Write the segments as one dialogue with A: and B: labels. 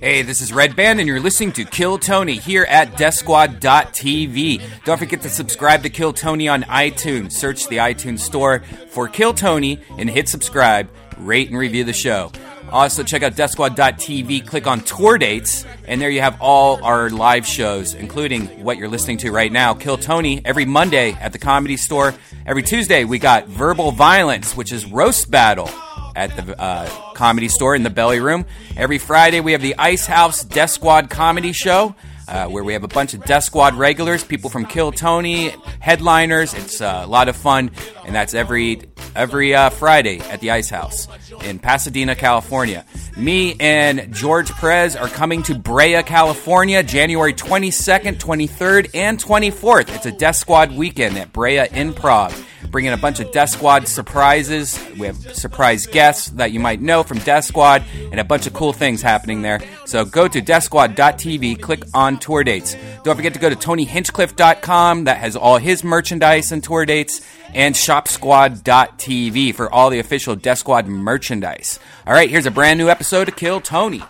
A: Hey, this is Red Band, and you're listening to Kill Tony here at DeathSquad.tv. Don't forget to subscribe to Kill Tony on iTunes. Search the iTunes store for Kill Tony and hit subscribe, rate, and review the show. Also, check out DeathSquad.tv, click on tour dates, and there you have all our live shows, including what you're listening to right now. Kill Tony every Monday at the Comedy Store. Every Tuesday, we got Verbal Violence, which is Roast Battle at the uh, comedy store in the belly room. Every Friday, we have the Ice House Death Squad comedy show. Uh, where we have a bunch of Death Squad regulars, people from Kill Tony, headliners. It's uh, a lot of fun, and that's every every uh, Friday at the Ice House in Pasadena, California. Me and George Perez are coming to Brea, California, January 22nd, 23rd, and 24th. It's a Death Squad weekend at Brea Improv bringing a bunch of Death Squad surprises. We have surprise guests that you might know from Death Squad and a bunch of cool things happening there. So go to deathsquad.tv, click on tour dates. Don't forget to go to tonyhinchcliffe.com that has all his merchandise and tour dates and shopsquad.tv for all the official Death Squad merchandise. All right, here's a brand new episode of Kill Tony.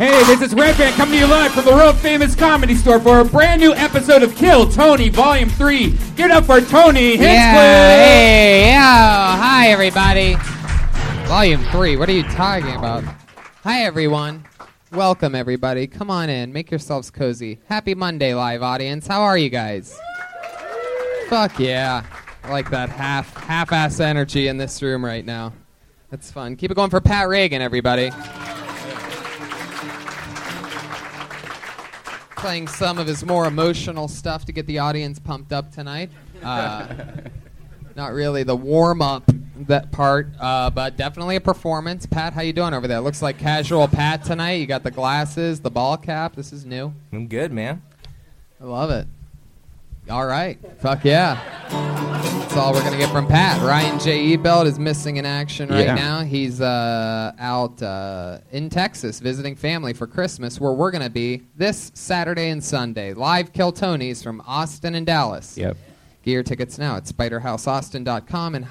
B: Hey, this is Red Band coming to you live from the world famous comedy store for a brand new episode of Kill Tony Volume 3. Give it up for Tony Hinchcliffe!
C: Yeah, hey, yeah. Hi, everybody. Volume three. What are you talking about? Hi, everyone. Welcome, everybody. Come on in. Make yourselves cozy. Happy Monday, live audience. How are you guys? Fuck yeah. I like that half half ass energy in this room right now. That's fun. Keep it going for Pat Reagan, everybody. Playing some of his more emotional stuff to get the audience pumped up tonight. Uh, not really the warm up that part, uh, but definitely a performance. Pat, how you doing over there? Looks like casual Pat tonight. You got the glasses, the ball cap. This is new.
D: I'm good, man.
C: I love it. All right. Fuck yeah. That's all we're going to get from Pat. Ryan J. E. Belt is missing in action right
E: Yeah.
C: now. He's uh, out uh, in Texas visiting family for Christmas, where we're going to be this Saturday and Sunday. Live Kill Tony's from Austin and Dallas. Yep. Get your tickets now at spiderhouseaustin.com and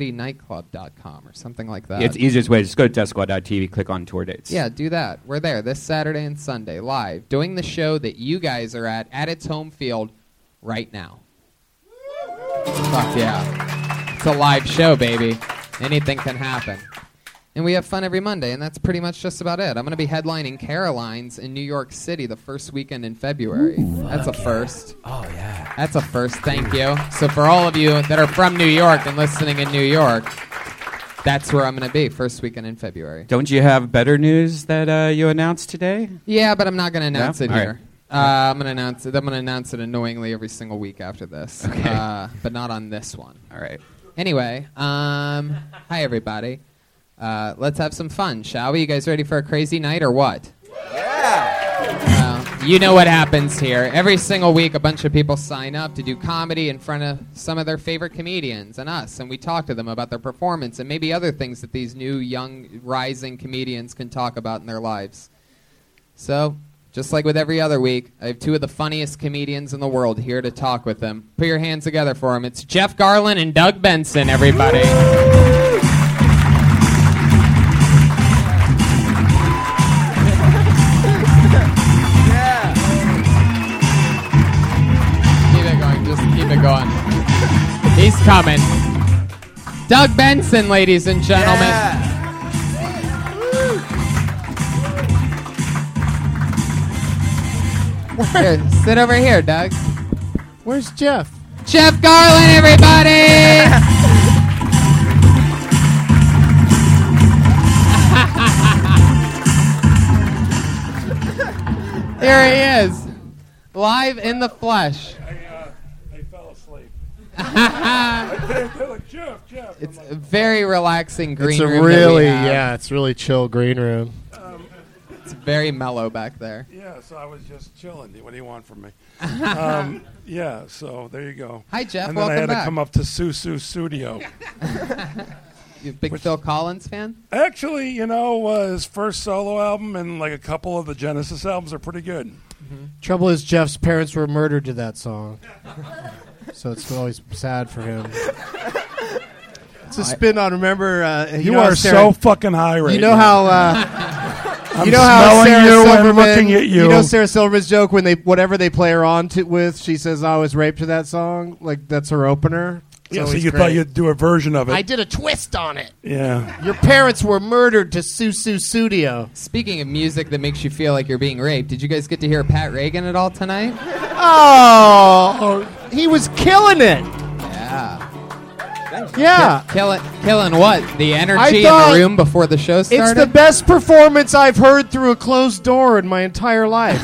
C: hyenascomedynightclub.com or something like that.
F: It's easiest way. Just go to deathsquad.tv, click on tour dates.
C: Yeah, do that. We're there this Saturday and Sunday live, doing the show that you guys are at at its home field right now. Fuck yeah. It's a live show, baby. Anything can happen. And we have fun every Monday, and that's pretty much just about it. I'm going to be headlining Caroline's in New York City the first weekend in February. that's a first. Oh, yeah. That's a first. Thank you. So, for all of you that are from New York and listening in New York, that's where I'm going to be first weekend in February.
F: Don't you have better news that uh, you announced today?
C: Yeah, but I'm not going to
F: No?
C: announce it
F: All right.
C: here. Uh, I'm going to announce it. I'm going to announce it annoyingly every single week after this. Okay. Uh, but not on this one. All right. Anyway, um, hi everybody. Uh, let's have some fun, shall we? You guys ready for a crazy night or what? Yeah. you know what happens here. Every single week, a bunch of people sign up to do comedy in front of some of their favorite comedians and us, and we talk to them about their performance and maybe other things that these new, young, rising comedians can talk about in their lives. So, just like with every other week, I have two of the funniest comedians in the world here to talk with them. Put your hands together for them. It's Jeff Garland and Doug Benson, everybody. Keep it going. Just keep it going. He's coming. Doug Benson, ladies and gentlemen. Here, sit over here, Doug. Where's Jeff? Jeff Garland, everybody! Here he is, live in the flesh.
G: I uh, fell asleep. Jeff, Jeff.
C: It's a very relaxing green
H: it's a
C: room. that we
H: really
C: have.
H: yeah, it's really chill green room.
C: It's very mellow back there.
G: Yeah, so I was just chilling. What do you want from me? um, yeah, so there you go.
C: Hi, Jeff.
G: And then I
C: Welcome
G: had
C: back.
G: to come up to Susu Studio.
C: You a big Phil Collins fan?
G: Actually, you know, uh, his first solo album and like a couple of the Genesis albums are pretty good.
H: Trouble is, Jeff's parents were murdered to that song, so it's always sad for him.
G: Uh,
H: It's a spin on. Remember, uh, you,
G: You
H: know how
G: are
H: Sarah-
G: so fucking high right
H: You know
G: now.
H: how. Uh,
G: I'm
H: you know how
G: smelling
H: Sarah
G: you, I'm
H: Silverman.
G: looking at you.
H: know Sarah Silverman's joke when they whatever they play her on to, with, she says, "I was raped to that song." Like that's her opener. It's
G: Yeah, so
H: always
G: you
H: great.
G: thought you'd do a version of it.
H: I did a twist on it.
G: yeah.
H: Your parents were murdered to Susu Studio.
C: Speaking of music that makes you feel like you're being raped, did you guys get to hear Pat Reagan at all tonight?
H: Oh, he was killing it. Yeah. Yeah.
C: Killing, killing what? The
H: I
C: energy in
H: thought-
C: the room before the show started.
H: It's the best performance I've heard through a closed door in my entire life.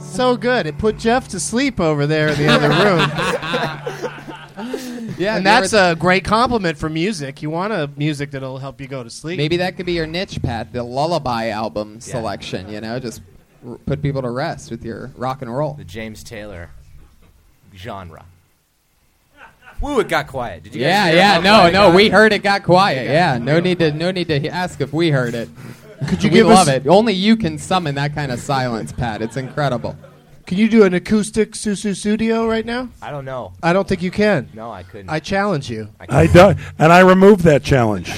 H: so good. It put Jeff to sleep over there in the other room.
C: yeah,
H: And that's a great compliment for music. You want a music that'll help you go to sleep.
C: maybe that could be your niche, Pat. The lullaby album selection. You know, just r- put people to rest with your rock and roll.
D: The James Taylor genre. Woo, it got quiet. Did you guys
C: Yeah,
D: hear
C: yeah,
D: how
C: no,
D: quiet it
C: no,
D: got?
C: we heard it got quiet. Yeah, no need to, no need to he- ask if we heard it. Could
H: you
C: we
H: give
C: love
H: us-
C: it? Only you can summon that kind of silence, Pat. It's incredible.
H: Can you do an acoustic Susu Studio right now?
D: I don't know.
H: I don't think you can.
D: No, I couldn't.
H: I challenge you.
G: I do, and I removed that challenge.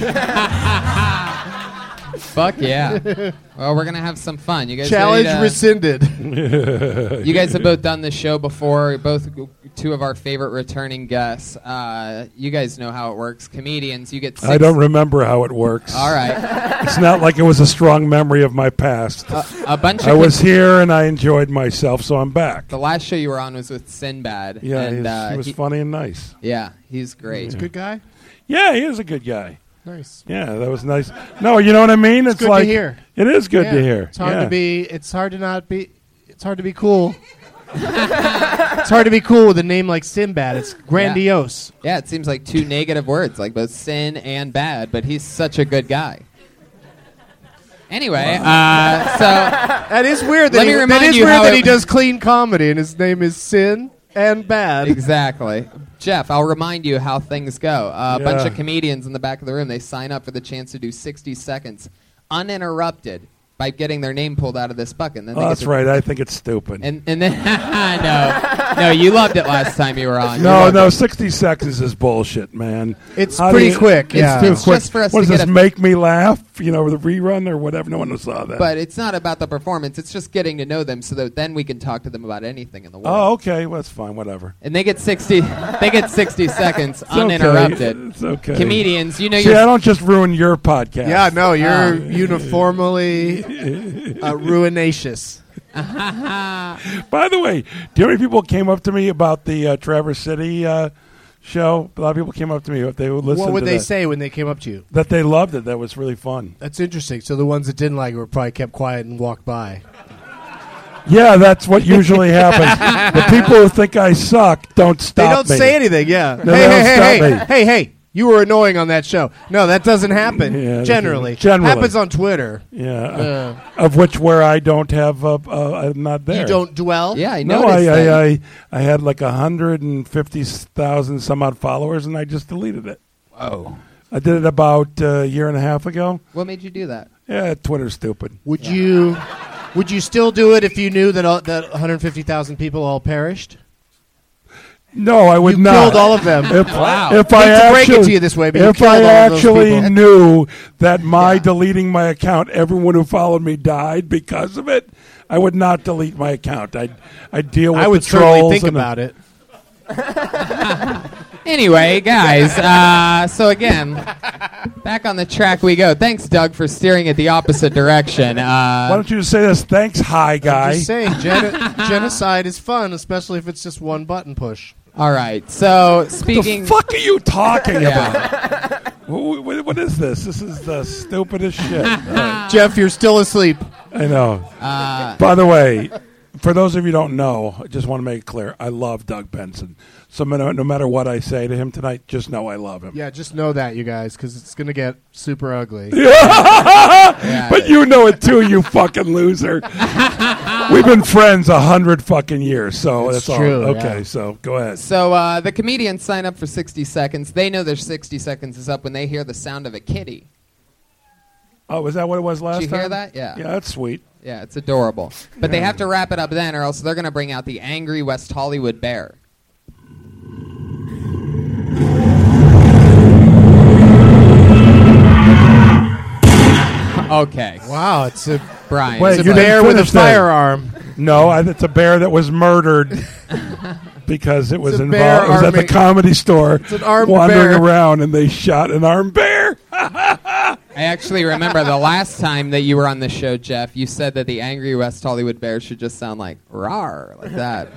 C: Fuck yeah. well, we're gonna have some fun. You guys,
H: Challenge
C: ready to-
H: rescinded.
C: you guys have both done this show before. Both two of our favorite returning guests. Uh, you guys know how it works. Comedians, you get. Six
G: I don't remember how it works.
C: All right,
G: It's not like it was a strong memory of my past.
C: a bunch of.
G: I was here and I enjoyed myself, so I'm back.
C: the last show you were on was with Sinbad.
G: Yeah,
C: and,
G: he's-
C: uh,
G: he was
C: he-
G: funny and nice.
C: Yeah, he's great.
H: Good guy.
G: Yeah, he is a good guy.
H: Nice.
G: Yeah, that was nice. No, you know what I mean? It's,
H: good to
G: like
H: hear.
G: It is good to
H: Yeah.
G: hear.
H: It's hard
G: Yeah.
H: to be. It's hard to not be. It's hard to be cool. it's hard to be cool with a name like Sinbad. It's grandiose.
C: Yeah, it seems like two negative words, like both sin and bad, but he's such a good guy. Anyway, uh, so
H: That is weird. That
C: Let
H: he,
C: me
H: that
C: remind
H: is
C: you
H: weird
C: how
H: that
C: it-
H: he does clean comedy, and his name is Sin and Bad.
C: exactly. Jeff, I'll remind you how things go. Uh, A bunch
G: Yeah.
C: of comedians in the back of the room, they sign up for the chance to do 60 seconds uninterrupted by getting their name pulled out of this bucket. And then they
G: Oh,
C: get
G: that's
C: to-
G: right. I think it's stupid.
C: And, and then, no, no, you loved it last time you were on. You
G: no,
C: loved
G: no,
C: it.
G: 60 seconds is bullshit, man.
H: It's
G: How do
H: pretty
G: you-
H: quick.
G: It's
H: yeah.
G: too
C: It's
G: quick.
C: just for us
G: what
C: to
G: does
C: get
G: this
C: a-
G: make me laugh? You know, the rerun or whatever. No one saw that.
C: But it's not about the performance, it's just getting to know them so that then we can talk to them about anything in the world.
G: oh, okay. Well, that's fine. Whatever.
C: and they get 60 they get 60 seconds
G: Oh. It's okay.
C: uninterrupted
G: It's okay.
C: comedians you know
G: See,
C: you're
G: I don't just ruin your podcast.
H: Yeah, no, you're
C: Ah.
H: uniformly uh, ruinacious.
G: By the way, do you know how many people came up to me about the uh, Traverse City uh, show? A lot of people came up to me. If they would listen
H: what would
G: to
H: they
G: that,
H: say when they came up to you?
G: That they loved it. That was really fun.
H: That's interesting. So the ones that didn't like it were probably kept quiet and walked by.
G: Yeah, that's what usually happens. the people who think I suck don't
H: They
G: stop
H: don't
G: me.
H: say anything. Yeah.
G: No, they
H: hey, hey, hey,
G: don't
H: hey,
G: stop
H: hey, hey! You were annoying on that show. No, that doesn't happen.
G: Yeah, that
H: generally,
G: doesn't- generally.
H: happens on Twitter.
G: Yeah, uh, of which where I don't have, uh, uh, I'm not there.
H: You don't dwell.
C: yeah i
G: No,
C: noticed
G: I,
C: that.
G: I, I, I had like hundred and fifty thousand some odd followers, and I just deleted it.
A: Oh.
G: I did it about uh, a year and a half ago.
C: what made you do that
G: Yeah, Twitter's stupid.
H: Would you? Would you still do it if you knew that all, that 150,000 people all perished?
G: No, I would
H: You
G: not.
H: killed all of them.
G: If,
C: Wow.
G: if I
H: Hate to break it
G: actually,
H: to you this way, but you
G: if
H: killed
G: I
H: all of those
G: actually
H: people.
G: knew that my deleting my account, everyone who followed me died because of it, I would not delete my account. I I deal with
H: I would
G: the trolls.
H: certainly think
G: and the-
H: about it.
C: anyway guys uh, so again back on the track we go thanks doug for steering it the opposite direction
G: Why
C: uh,
G: don't you just say this? Thanks, hi guy.
H: Just saying, gen- genocide is fun, especially if it's just one button push.
C: all right so
G: The
C: speaking
G: fuck are you talking about?
C: yeah.
G: Wh- wh- what is this? This is the stupidest shit. I
H: Jeff, you're still asleep.
G: know. By the way, for those of you who don't know, I just want to make it clear. I love Doug Benson. So no, no matter what I say to him tonight, just know I love him.
H: Yeah, just know that, you guys, because it's going to get super ugly.
G: But you know it too, you fucking loser. We've been friends a hundred fucking years, so
H: It's
G: that's
H: true,
G: all. Okay,
H: yeah.
G: so go ahead.
C: So uh, the comedians sign up for 60 seconds. They know their 60 seconds is up when they hear the sound of a kitty.
G: Oh, was that what it was last
C: you
G: time?
C: hear that? Yeah.
G: Yeah, that's sweet.
C: Yeah, it's adorable. But they have to wrap it up then, or else they're going to bring out the angry West Hollywood bear. okay.
H: Wow, it's a
C: Brian.
G: Wait,
H: it's a
G: you didn't
H: bear with a
G: finish that.
H: firearm.
G: No, I- it's a bear that was murdered because it was
H: a bear
G: involved. It was at the
H: army-
G: comedy store,
H: an armed
G: wandering
H: bear.
G: around, and they shot an armed bear.
C: I actually remember the last time that you were on the show, Jeff. You said that the angry West Hollywood bear should just sound like "rar" like that.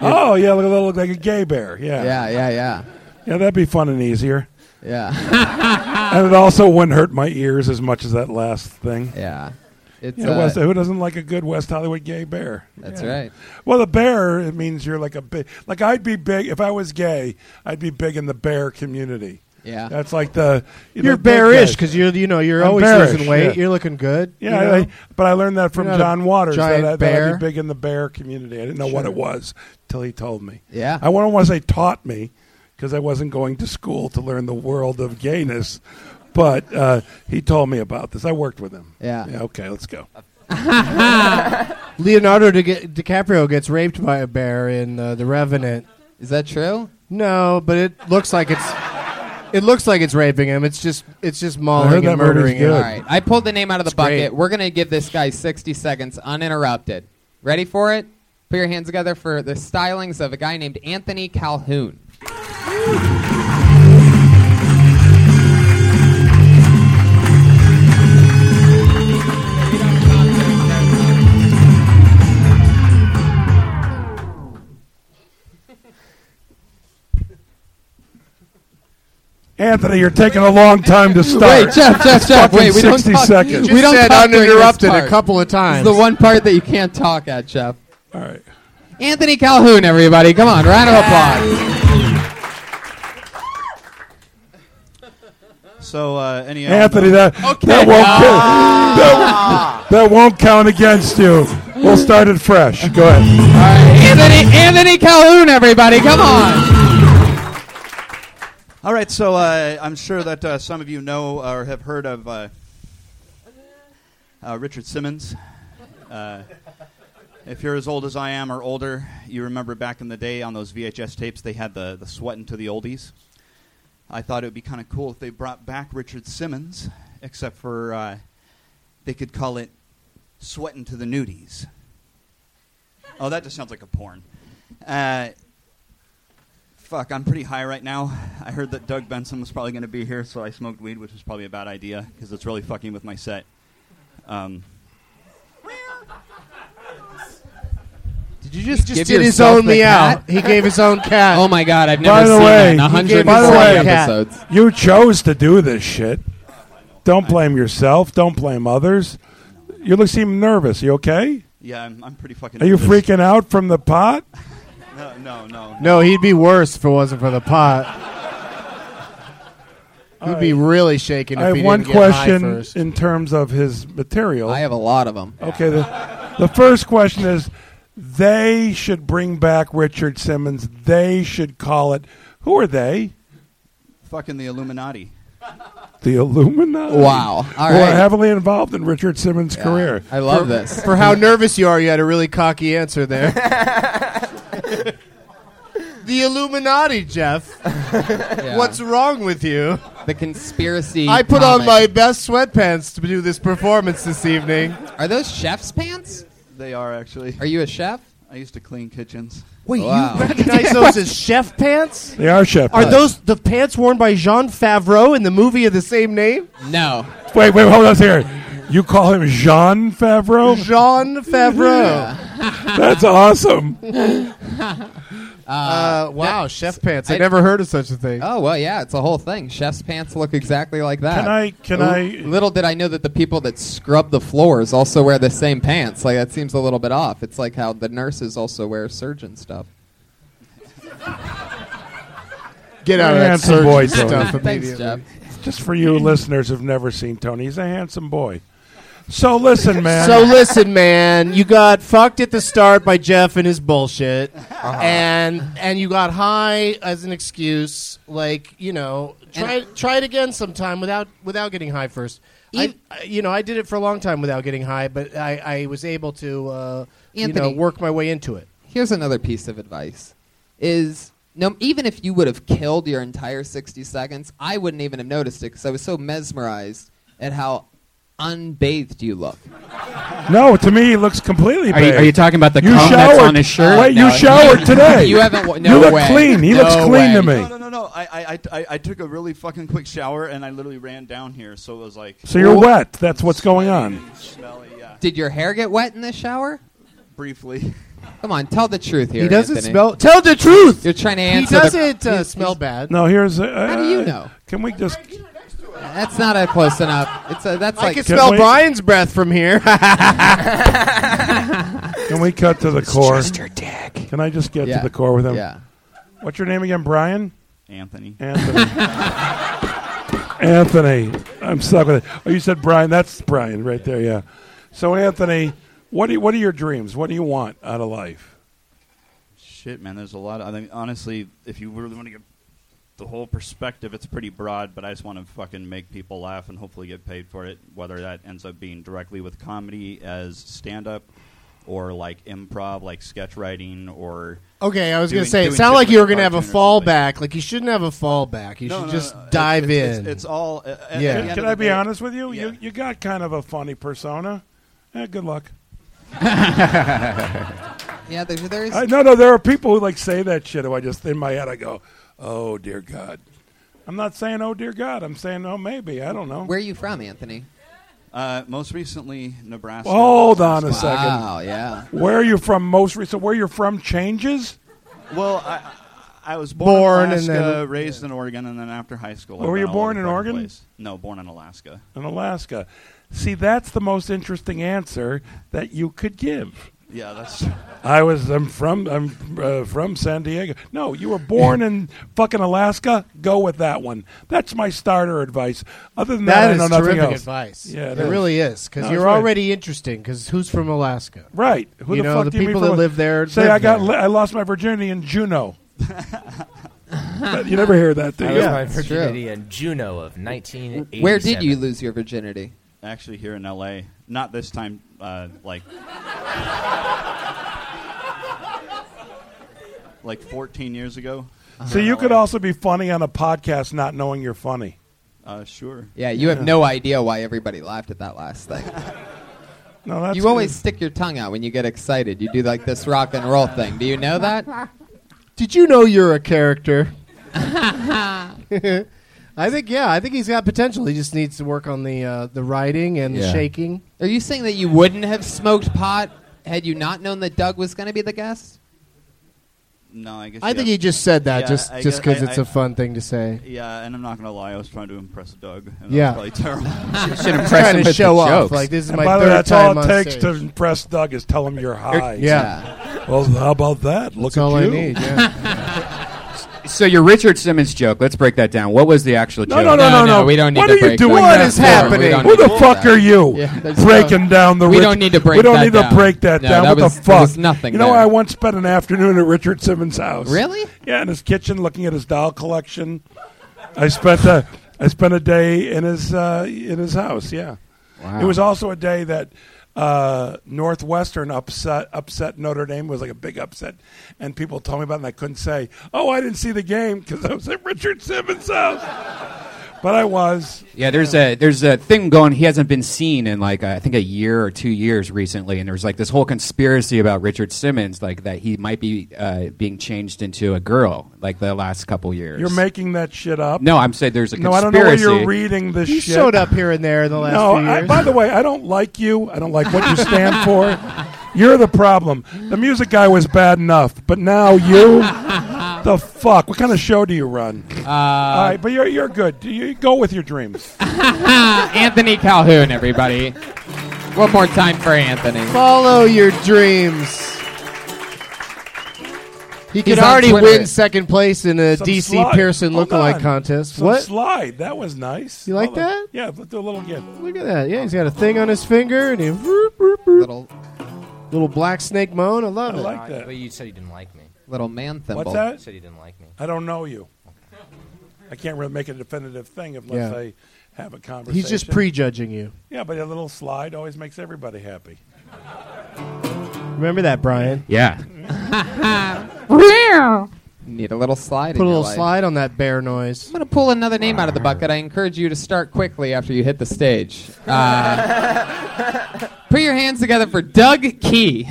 G: Oh yeah, look, look like a gay bear. Yeah. yeah,
C: Yeah, yeah, yeah,
G: that'd be fun and easier,
C: yeah,
G: and it also wouldn't hurt my ears as much as that last thing.
C: yeah. It's
G: Yeah,
C: uh,
G: West, who doesn't like a good West Hollywood gay bear?
C: that's
G: Yeah.
C: right.
G: Well, the bear it means you're like a big. Like I'd be big if I was gay. I'd be big in the bear community.
C: Yeah.
G: That's like the you
H: You're
G: know, big
H: bearish
G: guys.
H: because you're you know you're
G: I'm
H: always
G: bearish,
H: losing weight.
G: yeah.
H: You're looking good.
G: Yeah,
H: you know?
G: I, but I learned that from
H: You're not a
G: John Waters.
H: giant
G: that, I, that I'd
H: bear.
G: be big in the bear community. I didn't know what it was till he told me.
C: Yeah.
G: I wouldn't want to say taught me because I wasn't going to school to learn the world of gayness, but uh, he told me about this. I worked with him.
C: Yeah.
G: okay, let's go.
H: Leonardo Di- DiCaprio gets raped by a bear in uh, The Revenant.
C: Is that true?
H: No, but it looks like it's it looks like it's raping him. It's just it's just
G: heard
H: mauling
G: that
H: and
G: movie's
H: murdering him.
G: good.
C: All right. I pulled the name out of the
H: It's
C: bucket.
H: great.
C: We're going to give this guy 60 seconds uninterrupted. Ready for it? Put your hands together for the stylings of a guy named Anthony Calhoun.
G: Anthony, you're taking a long time to start.
C: Wait, Jeff, Jeff, Jeff.
G: fucking
C: Wait, we don't
G: 60
C: talk.
G: seconds.
H: Just
C: We don't
H: said
C: talk during this
H: uninterrupted
C: part.
H: a couple of
C: This
H: times.
C: is the one part that you can't talk at, Jeff.
G: All right.
C: Anthony Calhoun, everybody. Come on, round of applause.
E: So uh, any
G: Anthony, that, that, won't
E: Ah!
C: uh,
G: count, that, that won't count against you. We'll start it fresh. Go ahead.
C: All right. Anthony, Anthony Calhoun, everybody. Come on.
E: All right, so uh, I'm sure that uh, some of you know or have heard of uh, uh, Richard Simmons. Uh, if you're as old as I am or older, you remember back in the day on those VHS tapes they had the, the sweatin' to the oldies. I thought it would be kind of cool if they brought back Richard Simmons, except for uh, they could call it sweatin' to the nudies. Oh, that just sounds like a porn. Uh, Fuck, I'm pretty high right now. I heard that Doug Benson was probably going to be here, so I smoked weed, which was probably a bad idea because it's really fucking with my set. Um,
C: Did you just,
H: He just did his own meow. He gave his own cat.
C: Oh my God! I've never
G: By the
C: seen
G: way,
C: that in
G: he gave
C: 140
G: himself a
H: cat.
C: episodes.
G: You chose to do this shit. Don't blame yourself. Don't blame others. You look seem nervous. You okay?
E: yeah, I'm, I'm pretty fucking.
G: Are you
E: nervous.
G: freaking out from the pot?
E: No, no, no.
H: no, he'd be worse if it wasn't for the pot. He'd be really shaken. If
G: I have
H: he
G: one
H: didn't get high
G: question
H: first.
G: in terms of his material.
C: I have a lot of them.
G: okay, the, the first question is they should bring back Richard Simmons. They should call it. Who are they?
E: Fucking the Illuminati.
G: The
I: Uh,
G: Illuminati.
C: Wow. All
G: Who
C: right.
G: are heavily involved in Richard Simmons' career.
C: I love this.
H: For how nervous you are, you had a really cocky answer there. the Illuminati, Jeff.
C: Yeah.
H: What's wrong with you?
C: the conspiracy?
H: I put on
C: comic.
H: my best sweatpants to do this performance this evening.
C: Are those chef's pants?
E: They are actually.
C: Are you a chef?
E: I used to clean kitchens.
H: Wait,
C: Wow.
H: recognize those as chef pants?
G: They are chef.
H: Are those the pants worn by Jean Favreau in the movie of the same name?
C: No.
G: Wait, wait, hold on a second. You call him Jean Favreau?
H: Jean Favreau.
G: That's awesome.
H: Uh, wow, chef pants. I,
C: I-
H: never heard of such a thing.
C: Oh well, yeah, it's a whole thing. Chef's pants look exactly like that.
G: Can I? Can
C: L-
G: I?
C: Little did I know that the people that scrub the floors also wear the same pants. Like that seems a little bit off. It's like how the nurses also wear surgeon stuff.
H: Get out of that
G: Handsome
H: surgeon
G: boy, Tony.
H: stuff
C: Thanks,
H: immediately.
C: Jeff.
G: Just for you listeners who've never seen Tony, he's a handsome boy. So listen, man.
H: So listen, man, you got fucked at the start by Jeff and his bullshit,
G: Uh-huh.
C: Uh-huh.
H: and and you got high as an excuse. Like you know, try try it again sometime without without getting high first. I, I- you know, I did it for a long time without getting high, but I, I was able to, uh, you know,
C: Anthony.
H: work my way into it.
C: Here's another piece of advice: is no, even if you would have killed your entire 60 seconds, I wouldn't even have noticed it because I was so mesmerized at how unbathed you look.
G: No, to me, he looks completely.
C: Are you-
G: bathed.
C: are you talking about the
G: you
C: cum that's
G: showered-
C: on his shirt?
G: Wait,
C: No,
G: you showered
C: you-
G: today.
C: you haven't wa- no
G: you look
C: way.
G: clean. He looks
C: No
G: clean to
C: way.
G: me.
E: No, no, no, no. I, I, I- I, I took a really fucking quick shower and I literally ran down here, so it was like.
G: So you're wet. That's what's going on.
E: Smelly, yeah.
C: Did your hair get wet in the shower?
E: Briefly.
C: Come on, tell the truth here.
H: He doesn't
C: Anthony.
H: smell. Tell the truth.
C: You're trying to
H: He
C: answer. the-
H: doesn't uh, smell bad.
G: No, here's. Uh,
C: How do you know?
G: Can we just?
C: That's not a close enough. It's a, that's
H: I
C: like
H: can smell
G: wait.
H: Brian's breath from here.
G: Can we cut to the core? Can I just get
C: Yeah.
G: to the core with him?
C: yeah.
G: What's your name again, Brian?
E: Anthony.
G: Anthony. Anthony, I'm stuck with it. Oh, you said Brian. That's Brian right there. Yeah. So Anthony, what do you, what are your dreams? What do you want out of life?
E: Shit, man. There's a lot. Of, I mean, honestly, if you really want to get the whole perspective, it's pretty broad. But I just want to fucking make people laugh and hopefully get paid for it. Whether that ends up being directly with comedy as stand-up, or like improv, like sketch writing, or
H: okay, I was going to
E: Doing-
H: say, it
E: doing
H: sounded
E: shit
H: like
E: with
H: you were
E: the
H: going to have a
E: cartoon or something.
H: fallback. Like, you shouldn't have a fallback. You
E: No,
H: should
E: no,
H: just
E: no, it-
H: dive
E: it's- it's-
H: in.
E: It's, all. uh, At, at
H: Yeah.
E: the
H: Can-
E: end
G: Can
E: of
G: I
E: the
G: be
E: day-
G: honest with you? You
E: Yeah.
G: you got kind of a funny persona. Eh, good luck.
C: Yeah, there, there is.
G: I, no, no, there are people who like say that shit. Who I just in my head, I go, "Oh dear God." I'm not saying "Oh dear God." I'm saying "Oh maybe." I don't know.
C: Where are you from, Anthony?
E: Uh, most recently, Nebraska.
G: Hold on a second.
C: Wow, yeah.
G: Where are you from? Most recent. Where you're from changes.
E: Well, I, I was born,
H: Born
E: in
H: and
E: Alaska,
H: then-
E: raised in Oregon, and then after high school.
G: Oh,
E: I've
G: were
E: been
G: you
E: all
G: born
E: over
G: in
E: the
G: Oregon?
E: place. No, born in Alaska.
G: in Alaska. See, that's the most interesting answer that you could give.
E: Yeah, that's.
G: I was. I'm from. I'm uh, from San Diego. No, you were born in fucking Alaska. Go with that one. That's my starter advice. Other than that,
H: that
G: I know
H: is
G: nothing
H: terrific
G: else.
H: advice.
G: Yeah, it
H: it,
G: is.
H: really is because
G: No,
H: you're
G: it's right.
H: already interesting. Because who's from Alaska?
G: Right. Who
H: You
G: the
H: know,
G: fuck
H: the
G: do you mean
H: people
G: for
H: that
G: what-
H: live there
G: Say,
H: live
G: I got.
H: there.
G: Li- I lost my virginity in Juneau. you never hear that, do
D: I
G: you?
D: lost my
C: it's true.
D: virginity in Juno of 1987.
C: Where did you lose your virginity?
E: actually here in L.A. Not this time. Uh, like, like 14 years ago.
G: So you could also be funny on a podcast, not knowing you're funny.
E: Uh, sure.
C: Yeah, you have no idea why everybody laughed at that last thing.
G: No, that's
C: you always stick your tongue out when you get excited. You do like this rock and roll thing. Do you know that?
H: Did you know you're a character? I think yeah. I think he's got potential. He just needs to work on the uh, the writing and the
C: Yeah.
H: shaking.
C: Are you saying that you wouldn't have smoked pot had you not known that Doug was going to be the guest?
E: No, I guess.
H: I
E: yeah.
H: think he just said that
E: Yeah,
H: just
E: I
H: just
E: guess-
H: because
E: I-
H: it's a
E: I-
H: fun thing to say.
E: Yeah, and I'm not gonna lie. I was trying to impress Doug. And that was
H: Yeah.
E: probably terrible.
C: Should impress
H: Trying
C: him
H: to
C: with
H: show
C: the
H: off.
C: jokes.
H: Like this is
G: uh, And
H: my
G: by the
H: third
G: way, that's
H: time
G: all it
H: on
G: takes
H: stage.
G: to impress Doug is tell him you're high.
H: yeah.
G: Well, how about that? Look
H: That's
G: at
H: all
G: you.
H: I need. Yeah.
F: So your Richard Simmons joke. Let's break that down. What was the actual
G: No,
F: joke?
G: no, no, no,
C: No,
G: no.
C: no, we don't need
G: what
C: to
G: are you
C: break
G: doing?
C: that
H: What down. is
G: that for?
H: happening?
G: We don't
H: Who
G: Who
H: the
G: the fuck are you?
C: Yeah, there's
G: breaking
C: no-
G: down the.
C: we
G: Rich-
C: don't need to break
G: We don't
C: that
G: need to
C: down.
G: break that
C: No,
G: down.
C: that
G: what
C: was-
G: the
C: there
G: fuck?
C: was nothing
G: You know,
C: there.
G: I once spent an afternoon at Richard Simmons' house.
C: Really?
G: Yeah, in his kitchen, looking at his doll collection. I spent a I spent a day in his uh, in his house. Yeah. It was also a day that uh, Northwestern upset upset Notre Dame It was like a big upset, and people told me about it, and I couldn't say, "Oh, I didn't see the game" because I was at Richard Simmons' house. But I was.
F: Yeah, there's a there's a thing going. He hasn't been seen in like I think a year or two years recently, and there was like this whole conspiracy about Richard Simmons, like that he might be uh, being changed into a girl, like the last couple years.
G: You're making that shit up.
F: no, I'm saying there's a
G: no, I
F: conspiracy.
G: don't know where you're reading this
H: He
G: shit.
H: showed up here and there in the last
G: No,
H: few
G: I,
H: years.
G: by the way, I don't like you. I don't like what you stand for. You're the problem. The music guy was bad enough, but now you, the fuck. What kind of show do you run?
F: Uh,
G: All right, but you're you're good. Do You go with your dreams.
C: Ah, Anthony Calhoun, everybody. One more time for Anthony.
H: Follow your dreams. He could
C: on
H: already
C: Twitter.
H: win second place in a
G: Some
H: DC
G: slide.
H: Pearson
G: Hold
H: lookalike
G: on.
H: contest.
G: Some
H: what?
G: slide? That was nice.
H: You like
G: Hold on.
H: that?
G: Yeah, let's do a little again.
H: Look at that. Yeah, he's got a thing on his finger and he whoop, whoop, whoop.
C: Little
H: little black snake moan. I love
G: I
H: it.
G: like
D: But
G: that.
D: you said you didn't like me.
C: little man thimble.
G: What's
D: You
G: that?
D: said you didn't like me.
G: I don't know you. I can't really make a definitive thing unless
H: Yeah.
G: I have a conversation.
H: He's just prejudging you.
G: Yeah, but a little slide always makes everybody happy.
H: Remember that, Brian?
F: Yeah.
C: Need a little slide.
H: Put a
C: in your
H: little
C: life.
H: slide on that bear noise.
C: I'm gonna pull another name out of the bucket. I encourage you to start quickly after you hit the stage. Uh, put your hands together for Doug Key.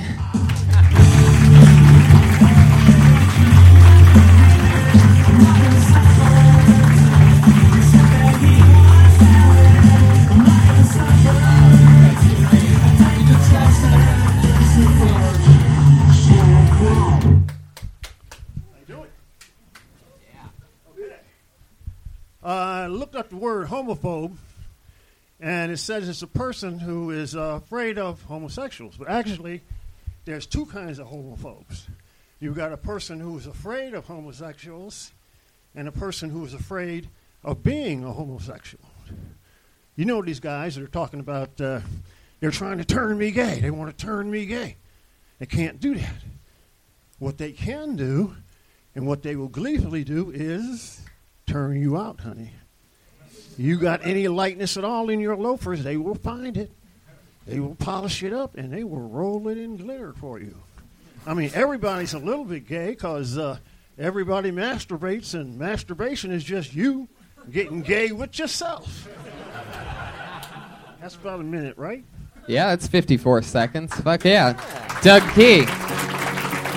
J: I uh, looked up the word homophobe, and it says it's a person who is uh, afraid of homosexuals. But actually, there's two kinds of homophobes. You've got a person who is afraid of homosexuals, and a person who is afraid of being a homosexual. You know these guys that are talking about uh, they're trying to turn me gay. They want to turn me gay. They can't do that. What they can do, and what they will gleefully do, is turn you out, honey. You got any lightness at all in your loafers, they will find it. They will polish it up and they will roll it in glitter for you. I mean, everybody's a little bit gay because uh, everybody masturbates, and masturbation is just you getting gay with yourself. That's about a minute, right?
C: Yeah, it's 54 seconds. Fuck yeah, Doug Key.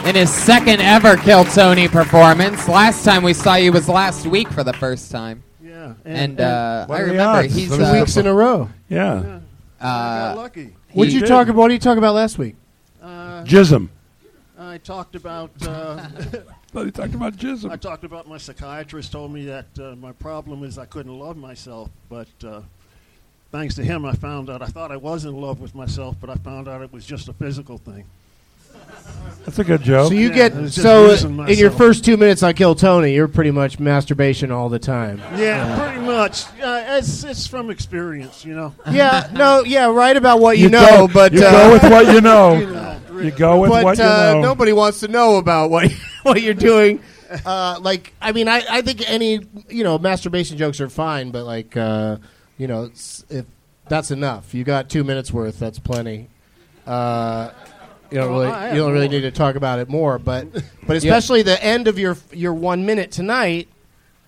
C: In his second ever Kill Tony performance. Last time we saw you was last week for the first time.
J: Yeah.
C: And, uh,
G: What
C: I
G: are the
C: remember
G: odds?
C: he's
G: What is
C: uh,
G: the-
H: Weeks in a row.
G: Yeah.
J: I got
C: uh,
J: lucky.
H: What
G: He
H: you
G: did.
H: talk about? What did you talk about last week?
J: Uh,
G: Jism.
J: I talked about. Uh,
G: They talked about jism.
J: I talked about my psychiatrist told me that uh, my problem is I couldn't love myself, but uh, thanks to him, I found out I thought I was in love with myself, but I found out it was just a physical thing.
G: That's a good joke.
H: So
J: Yeah,
H: you
J: I
H: get
J: was just
H: so
J: losing
H: in your
J: myself.
H: first two minutes on Kill Tony, you're pretty much masturbation all the time.
J: Yeah, pretty much. Uh, it's it's from experience, you know.
H: yeah, no, yeah, right about what you,
G: You
H: know,
G: go-
H: but
G: you
H: uh,
G: go with what you
J: You
G: know.
J: know,
G: You go with
H: but
G: what you
H: uh,
G: know.
H: nobody wants to know about what what you're doing. Uh, like, I mean, I, I think any you know masturbation jokes are fine, but like, uh, you know, it's, if that's enough, you got two minutes worth. That's plenty. Uh, you don't
J: Well,
H: really,
J: I
H: you don't
J: have
H: really
J: more.
H: need to talk about it more, but but especially the end of your your one minute tonight.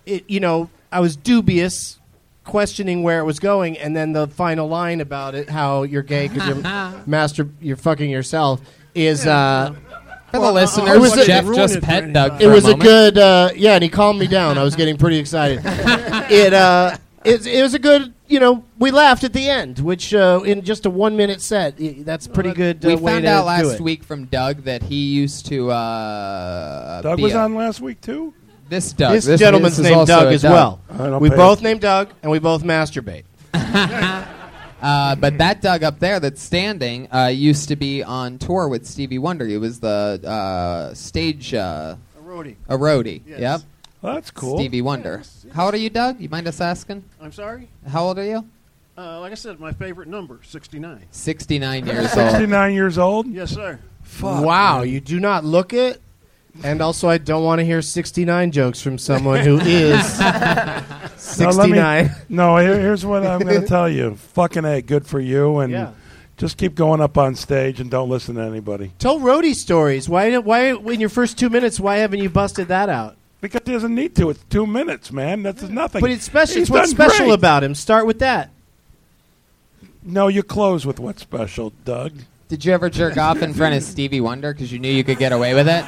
H: It, you know, I was dubious, questioning where it was going, and then the final line about it, how you're gay because
C: Uh-huh.
H: you're master, you're fucking yourself, is. Uh,
C: for the
J: Well, I- I
C: listeners,
H: was-
C: Jeff
J: ruined
C: just
J: it for
C: pet Doug.
J: anybody.
C: For
H: it was a,
C: moment.
H: good uh, yeah and he calmed me down i was getting pretty excited it uh it, it was a good you know we laughed at the end which uh, in just a one minute set i- that's pretty good uh,
C: We
H: way
C: found
H: to
C: out
H: do
C: last
H: it.
C: week from Doug that he used to. Uh,
G: Doug
C: be
G: was
C: a-
G: on last week too.
C: This Doug.
H: this,
C: this
H: gentleman's
C: is
H: named
C: also
H: doug
C: a
H: as well
G: I don't
H: we
G: pay-
H: both named doug and we both masturbate
C: Uh, but that Doug up there that's standing uh, used to be on tour with Stevie Wonder. He was the uh, stage uh,
J: a roadie.
C: a roadie.
J: Yes.
C: Yep.
G: Well, that's cool.
C: Stevie Wonder. How old are you, Doug? You mind us asking?
J: I'm sorry.
C: How old are you?
J: Uh, like I said, my favorite number, 69.
C: 69 years old.
G: Sixty-nine years old.
J: Yes, sir.
G: Fuck.
H: wow you do not look it and also i don't want to hear 69 jokes from someone who is
G: Now,
H: 69
G: let me- no, here, here's what I'm going to tell you. Fucking a, good for you, and
H: Yeah.
G: just keep going up on stage and don't listen to anybody
H: tell roadie stories why, don't- why in your first two minutes why haven't you busted that out
G: because he doesn't need to. It's two minutes, man. That's nothing.
H: But it's special.
G: He's
H: It's what's
G: done
H: special
G: great.
H: about him. Start with that.
G: No, you close with what's special, Doug.
C: Did you ever jerk off in front of Stevie Wonder because you knew you could get away with it?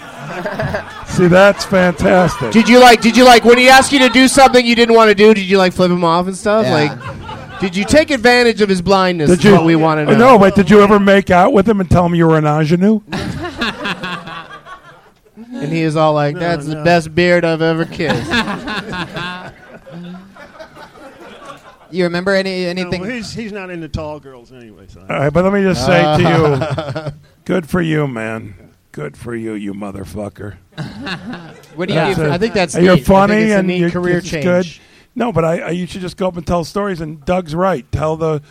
G: See, that's fantastic.
H: Did you like? Did you like when he asked you to do something you didn't want to do? Did you like flip him off and stuff?
C: Yeah.
H: Like, did you take advantage of his blindness?
G: Did
H: is what we want
G: Oh,
H: to
G: No,
H: know.
G: but did you ever make out with him and tell him you were an ingenue?
H: And he is all like, "That's the
J: no.
H: best beard I've ever kissed."
C: You remember any
J: No,
C: anything?
J: he's, he's not into tall girls anyway, so.
G: All right, but let me just say to you, good for you, man. Good for you, you motherfucker.
C: what do you
H: yeah.
C: do?
G: a-
H: I think that's
G: And you're
H: neat. I think
G: funny
H: it's a
G: and
H: neat
G: you're
H: career
G: it's
H: change.
G: good. No, but I, I you should just go up and tell stories. And Doug's right. Tell the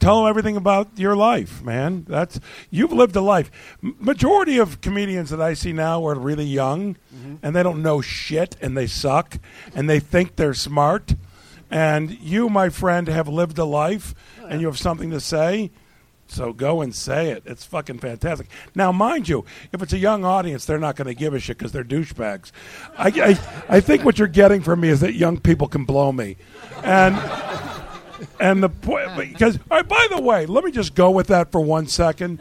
G: tell them everything about your life, man. That's you've lived a life. M- majority of comedians that I see now are really
C: Mm-hmm.
G: young, and they don't know shit, and they suck, and they think they're smart. And you, my friend, have lived a life
C: Oh,
G: and you have something to say. So go and say it. It's fucking fantastic. Now, mind you, if it's a young audience, they're not going to give a shit because they're douchebags. I, I, I think what you're getting from me is that young people can blow me. And and the point because all right, by the way, let me just go with that for one second.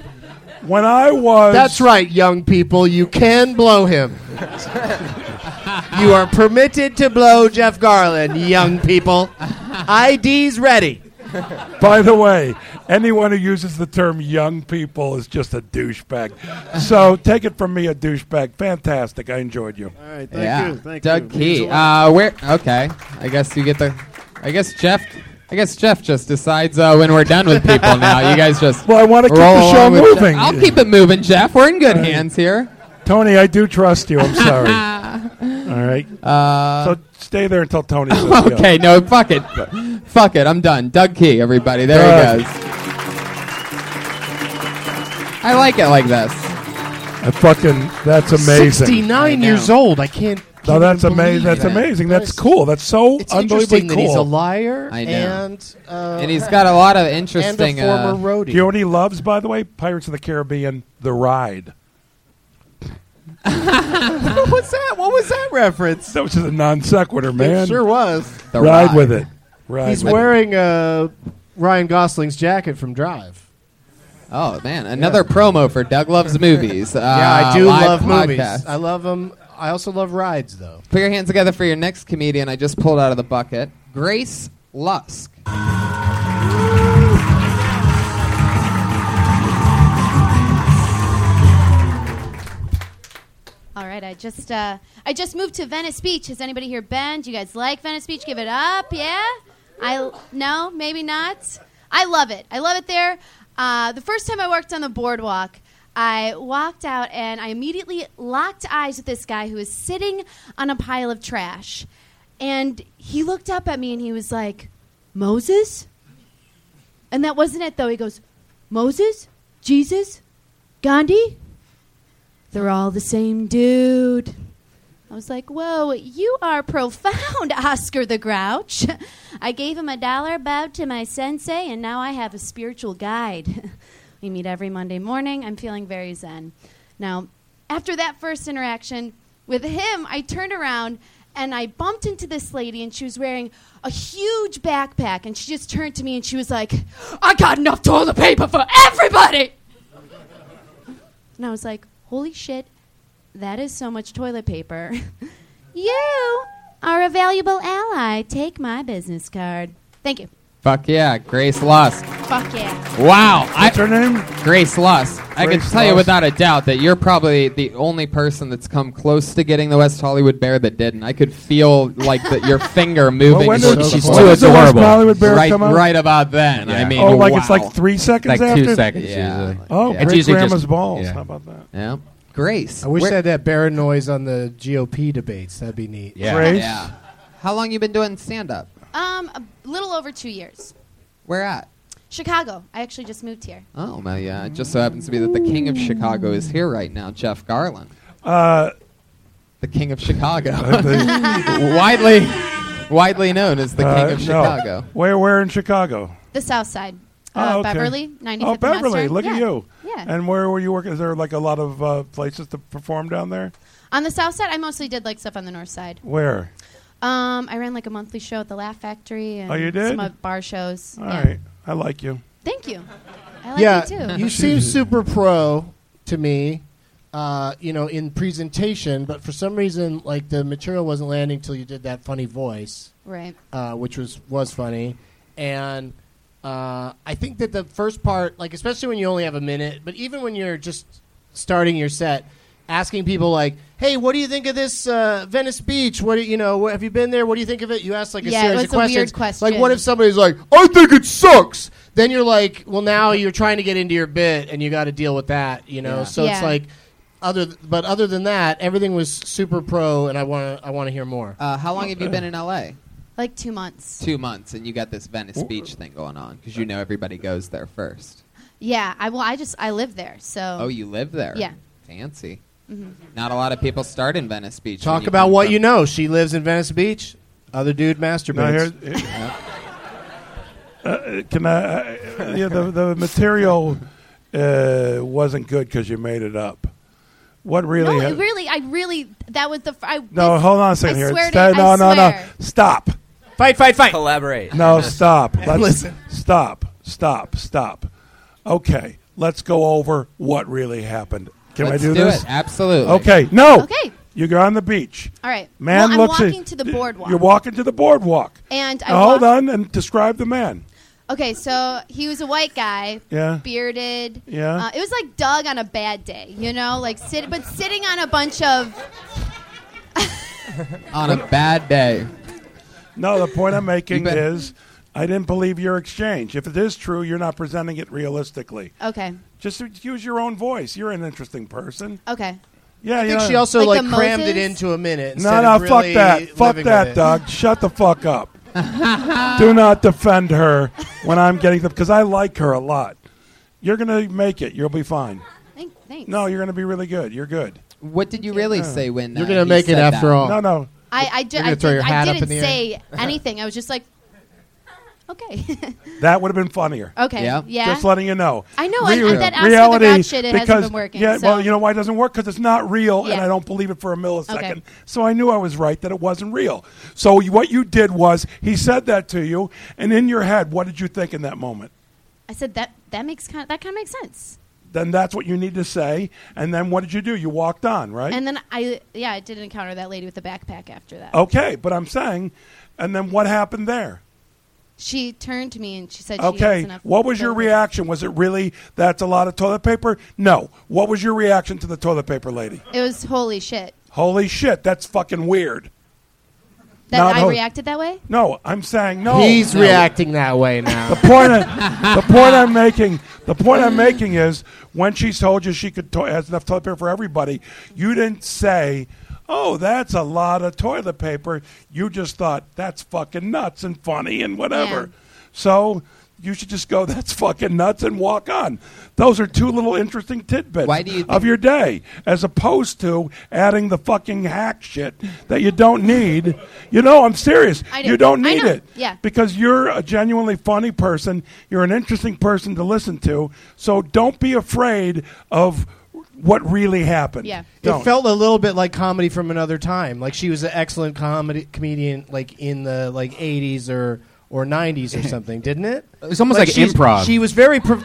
G: When I was
H: That's right, young people. You can blow him. you are permitted to blow Jeff Garland, young people. ID's ready.
G: By the way, anyone who uses the term young people is just a douchebag. So take it from me, a douchebag. Fantastic. I enjoyed you.
J: All right, thank
C: yeah.
J: you. Thank
C: Doug
J: you.
C: Key.
J: Thanks a lot.
C: Uh, where? Okay. I guess you get the. I guess Jeff. I guess Jeff just decides uh, when we're done with people now. You guys just.
G: Well, I want to keep
C: roll
G: the show
C: along with Jeff.
G: moving.
C: I'll keep it moving, Jeff. We're in good hands here.
G: Tony, I do trust you. I'm sorry. All right. so stay there until Tony says Uh, go.
C: Uh, Okay, no, fuck it. fuck it, I'm done. Doug Key, everybody. There he
G: Doug.
C: goes. I like it like this.
G: I fucking, that's amazing.
H: 69 years old. I can't.
G: No,
H: can't
G: that's
H: even believe
G: amazing. That's
H: that.
G: amazing.
H: That
G: That's
H: is-
G: cool. That's so
H: It's
G: unbelievably
H: interesting
G: cool.
H: that he's a liar
C: I know.
H: and uh,
C: And he's got a lot of
H: and
C: interesting.
H: a former
C: uh,
H: roadie.
G: Do you know what he loves, by the way? Pirates of the Caribbean, The Ride.
H: what was that? What was that reference?
G: That was just a non sequitur, man.
H: It sure was.
C: the
G: Ride with it. Ride
H: He's
G: with it.
H: wearing uh, Ryan Gosling's jacket from Drive.
C: Oh man, another promo for Doug loves movies. Uh,
H: Yeah, I do
C: live
H: love movies.
C: podcast.
H: I love them. I also love rides, though.
C: Put your hands together for your next comedian. I just pulled out of the bucket, Grace Lusk.
K: All right, I just uh, I just moved to Venice Beach. Has anybody here been? Do you guys like Venice Beach? Give it up, yeah. I no, maybe not. I love it. I love it there. Uh, the first time I worked on the boardwalk, I walked out and I immediately locked eyes with this guy who was sitting on a pile of trash, and he looked up at me and he was like, "Moses." And that wasn't it though. He goes, "Moses, Jesus, Gandhi." they're all the same dude. I was like, whoa, you are profound, Oscar the Grouch. I gave him a dollar, bowed to my sensei, and now I have a spiritual guide. we meet every Monday morning. I'm feeling very zen. Now, after that first interaction with him, I turned around and I bumped into this lady, and she was wearing a huge backpack. And she just turned to me and she was like, I got enough toilet paper for everybody. And I was like, holy shit, that is so much toilet paper. you are a valuable ally. Take my business card. Thank you.
C: Fuck yeah, Grace Lusk.
K: Fuck yeah.
C: Wow, I,
G: What's her name?
C: Grace Lusk. I can
G: Grace
C: tell you
G: Lusk.
C: without a doubt that you're probably the only person that's come close to getting the West Hollywood Bear that didn't. I could feel like that your finger moving.
G: when
C: when
G: does-
C: she's
G: when
C: too
G: does the West
C: adorable.
G: Hollywood Bear
C: right,
G: come out?
C: right about then. I
F: Yeah.
C: mean,
G: Oh, like it's
C: wow.
G: like three seconds
F: like
G: after?
F: two seconds.
C: Yeah.
F: usually.
G: Oh,
F: Yeah.
G: great
F: It's usually
G: grandma's
F: just-
G: balls.
F: yeah.
G: How about that?
C: Yeah. Grace.
H: I wish
C: where-
H: I had that Baron noise on the GOP debates. That'd be neat.
F: Yeah.
G: Grace?
C: Yeah. How long you been doing stand up?
K: Um, a little over two years.
C: Where at?
K: Chicago. I actually just moved here.
C: Oh, well, yeah. It just so happens to be that the king of Chicago is here right now, Jeff Garland.
G: Uh,
C: The king of Chicago.
G: the,
C: widely widely known as the
G: uh,
C: king
G: no.
C: of Chicago.
G: Where, where in Chicago?
K: The South Side. Uh,
G: Oh, okay.
K: Beverly, 95th
G: Oh,
K: and
G: Beverly,
K: Western.
G: look at
K: Yeah.
G: you.
K: Yeah.
G: And where were you working? Is there like a lot of uh, places to perform down there?
K: on the South Side, I mostly did like stuff on the North Side.
G: Where?
K: Um, I ran like a monthly show at the Laugh Factory and
G: Oh, you did?
K: some of bar shows.
G: All
K: yeah.
G: right, I like you.
K: Thank you. I like
H: Yeah,
K: you too.
H: you seem super pro to me. Uh, you know, in presentation, but for some reason, like the material wasn't landing till you did that funny voice.
K: right.
H: uh, which was was funny, and uh, I think that the first part, like especially when you only have a minute, but even when you're just starting your set, asking people like, "Hey, what do you think of this uh, Venice Beach? What do you you know? What, have you been there? What do you think of it?" You ask like a
K: Yeah, it
H: series
K: was
H: of
K: a weird
H: questions. Like,
K: question.
H: what if somebody's like, "I think it sucks." Then you're like, well, now you're trying to get into your bit, and you got to deal with that, you know.
C: Yeah.
H: So it's
K: Yeah.
H: like, other, th- but other than that, everything was super pro, and I want to, I want to hear more.
C: Uh, how long have you been in LA?
K: Like two months.
C: Two months, and you got this Venice Beach thing going on because you know everybody goes there first.
K: Yeah. I well, I just I live there, so
C: Oh, you live there?
K: Yeah.
C: Fancy. Not a lot of people start in Venice Beach. when
H: Talk
C: you
H: about
C: come
H: what
C: from-
H: you know. She lives in Venice Beach. Other dude masturbates.
G: Now, here- Uh, can I? Uh, yeah, the the material uh, wasn't good because you made it up. What really?
K: no,
G: ha-
K: it really, I really, that was the. fir- I,
G: no, hold on a second
K: I
G: here.
K: swear to
G: Stop-
K: you,
G: no,
K: I
G: no, no.
K: swear.
G: Stop.
D: Fight, fight, fight. Collaborate.
G: No, stop. Let's,
H: Listen.
G: Stop. Stop. Stop. Okay, let's go over what really happened. Can
C: Let's
G: I do,
C: do
G: this?
C: it. Absolutely.
G: Okay. No.
K: Okay.
G: You go on the beach.
K: All right.
G: Man
K: well,
G: looks
K: I'm
G: at-
K: walking to the boardwalk.
G: You're walking to the boardwalk.
K: And I
G: Now, hold
K: walk-
G: on and describe the man.
K: Okay, so he was a white guy.
G: Yeah.
K: Bearded.
G: Yeah.
K: Uh, it was like Doug on a bad day, you know, like sit, but sitting on a bunch of.
C: On a bad day.
G: No, the point I'm making
C: bet.
G: is I didn't believe your exchange. If it is true, you're not presenting it realistically.
K: Okay.
G: Just use your own voice. You're an interesting person.
K: Okay.
G: Yeah,
H: I
G: you
H: think
G: know-
H: she also
K: Like
H: like,
K: the
H: crammed it
K: Moses?
H: into a minute.
G: No,
H: instead
G: no,
H: of
G: fuck
H: really
G: that. Fuck
H: living with
G: that,
H: it.
G: Doug. Shut the fuck up. Do not defend her when I'm getting them because I like her a lot. You're gonna make it. You'll be fine.
K: Thank, thanks.
G: No, you're gonna be really good. You're good.
C: What did you really say when
H: You're
C: uh,
H: gonna
C: he
H: make it
C: said
H: after
C: that?
H: all.
G: No, no.
K: I, I, ju-
H: You're
K: I,
H: gonna throw
K: did,
H: your hat
K: I
H: up
K: didn't
H: in the air.
K: say anything. I was just like, okay.
G: That would have been funnier.
K: okay.
C: Yeah.
K: Yeah.
G: Just letting you know.
K: I know, and- and that asking
G: reality,
K: about shit, it hasn't
G: because-
K: been working,
G: Yeah,
K: so-
G: well, you know why it doesn't work? Because it's not real, and
K: Yeah.
G: I don't believe it for a millisecond.
K: Okay.
G: So I knew I was right that it wasn't real. So you- what you did was he said that to you, and in your head, what did you think in that moment?
K: I said that that makes kind that kind of makes sense.
G: Then that's what you need to say, and then what did you do? You walked on, right?
K: And then I yeah I did encounter that lady with the backpack after that.
G: okay, but I'm saying, and then what happened there?
K: She turned to me and she said, she has
G: Okay,
K: enough
G: what was your
K: ability.
G: reaction? Was it really that's a lot of toilet paper? No. What was your reaction to the toilet paper lady?
K: It was holy shit
G: Holy shit, that's fucking weird.
K: that
G: Not
K: I
G: hol-
K: reacted that way.
G: No, I'm saying no.
H: He's reacting that way now.
G: the point. I, the point I'm making. The point I'm making is when she told you she could to- has enough toilet paper for everybody, you didn't say, "Oh, that's a lot of toilet paper." You just thought that's fucking nuts and funny and whatever.
K: Yeah.
G: So. You should just go. That's fucking nuts, and walk on. Those are two little interesting tidbits
C: Why do you
G: of
C: think-
G: your day, as opposed to adding the fucking hack shit that you don't need. You know, I'm serious.
K: I do.
G: You don't
K: I
G: need
K: know.
G: it.
K: Yeah.
G: Because you're a genuinely funny person. You're an interesting person to listen to. So don't be afraid of what really happened.
K: Yeah.
G: Don't.
H: It felt a little bit like comedy from another time. Like she was an excellent comedy comedian, like in the like '80s or or '90s or something, didn't it?
F: It's almost like
H: she's-
F: improv.
H: She was very pro-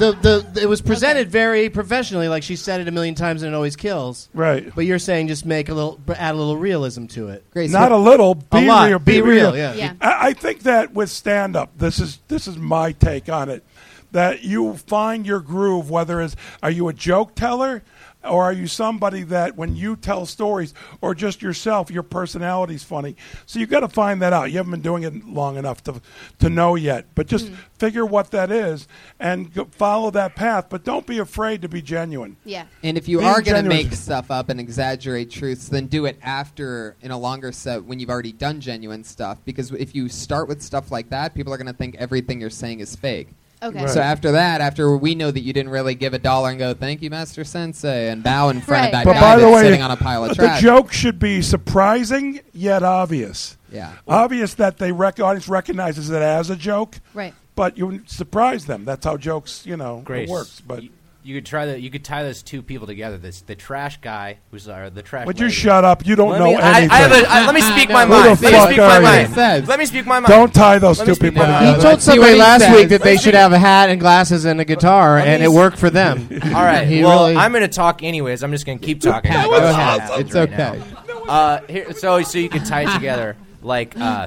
H: the, the the- it was presented very professionally. Like she said it a million times and it always kills.
G: Right.
H: But you're saying just make a little add a little realism to it.
C: Grace,
G: Not a
C: here-
G: little. Be
H: A lot.
G: real.
H: Be real, yeah.
K: Yeah.
G: I, I think that with stand up, this is this is my take on it. That you find your groove, whether it's are you a joke teller or are you somebody that when you tell stories or just yourself, your personality's funny. So you've got to find that out. You haven't been doing it long enough to to know yet, but just
K: Mm-hmm.
G: figure what that is and go, follow that path. But don't be afraid to be genuine.
K: Yeah.
C: And if you
G: Being
C: are going to
G: generous.
C: make stuff up and exaggerate truths, then do it after in a longer set when you've already done genuine stuff. Because if you start with stuff like that, people are going to think everything you're saying is fake.
K: Okay.
G: Right.
C: So after that, after we know that you didn't really give a dollar and go, thank you, Master Sensei, and bow in front of that
K: Right,
G: But
K: right.
C: guy
G: by the
C: that's
G: way,
C: sitting on a pile of
G: the
C: trash.
G: joke should be surprising yet obvious.
C: Yeah.
G: obvious that they rec- audience recognizes it as a joke,
K: Right.
G: but you wouldn't surprise them. That's how jokes, you know,
D: Grace,
G: it works. But
L: you, you could try the, You could tie those two people together. This the trash guy who's uh, the trash.
G: would you
L: lady.
G: shut up? You don't
D: Let
G: know
D: me, I,
G: anything.
D: I have a, I, let me speak my
C: Who
G: the
D: mind. Let me
G: fuck
D: speak my
G: are
C: you?
D: mind. Let me speak my mind.
G: don't tie those
D: Let
G: two
D: me speak
G: people
D: now.
G: together.
H: He told
C: see what
H: somebody
C: he
H: last
C: says.
H: week that they
D: Let's
H: should
D: see.
H: have a hat and glasses and a guitar,
D: Let
H: and
D: me
H: it
D: s-
H: worked for them.
D: All right.
H: He
D: well,
H: really-
D: I'm going to talk anyways. I'm just going to keep talking.
C: Pat,
D: about
C: go
D: the
C: ahead.
D: problems
C: It's
D: right
C: okay.
D: now. Uh, here, so so you could tie it together, like uh,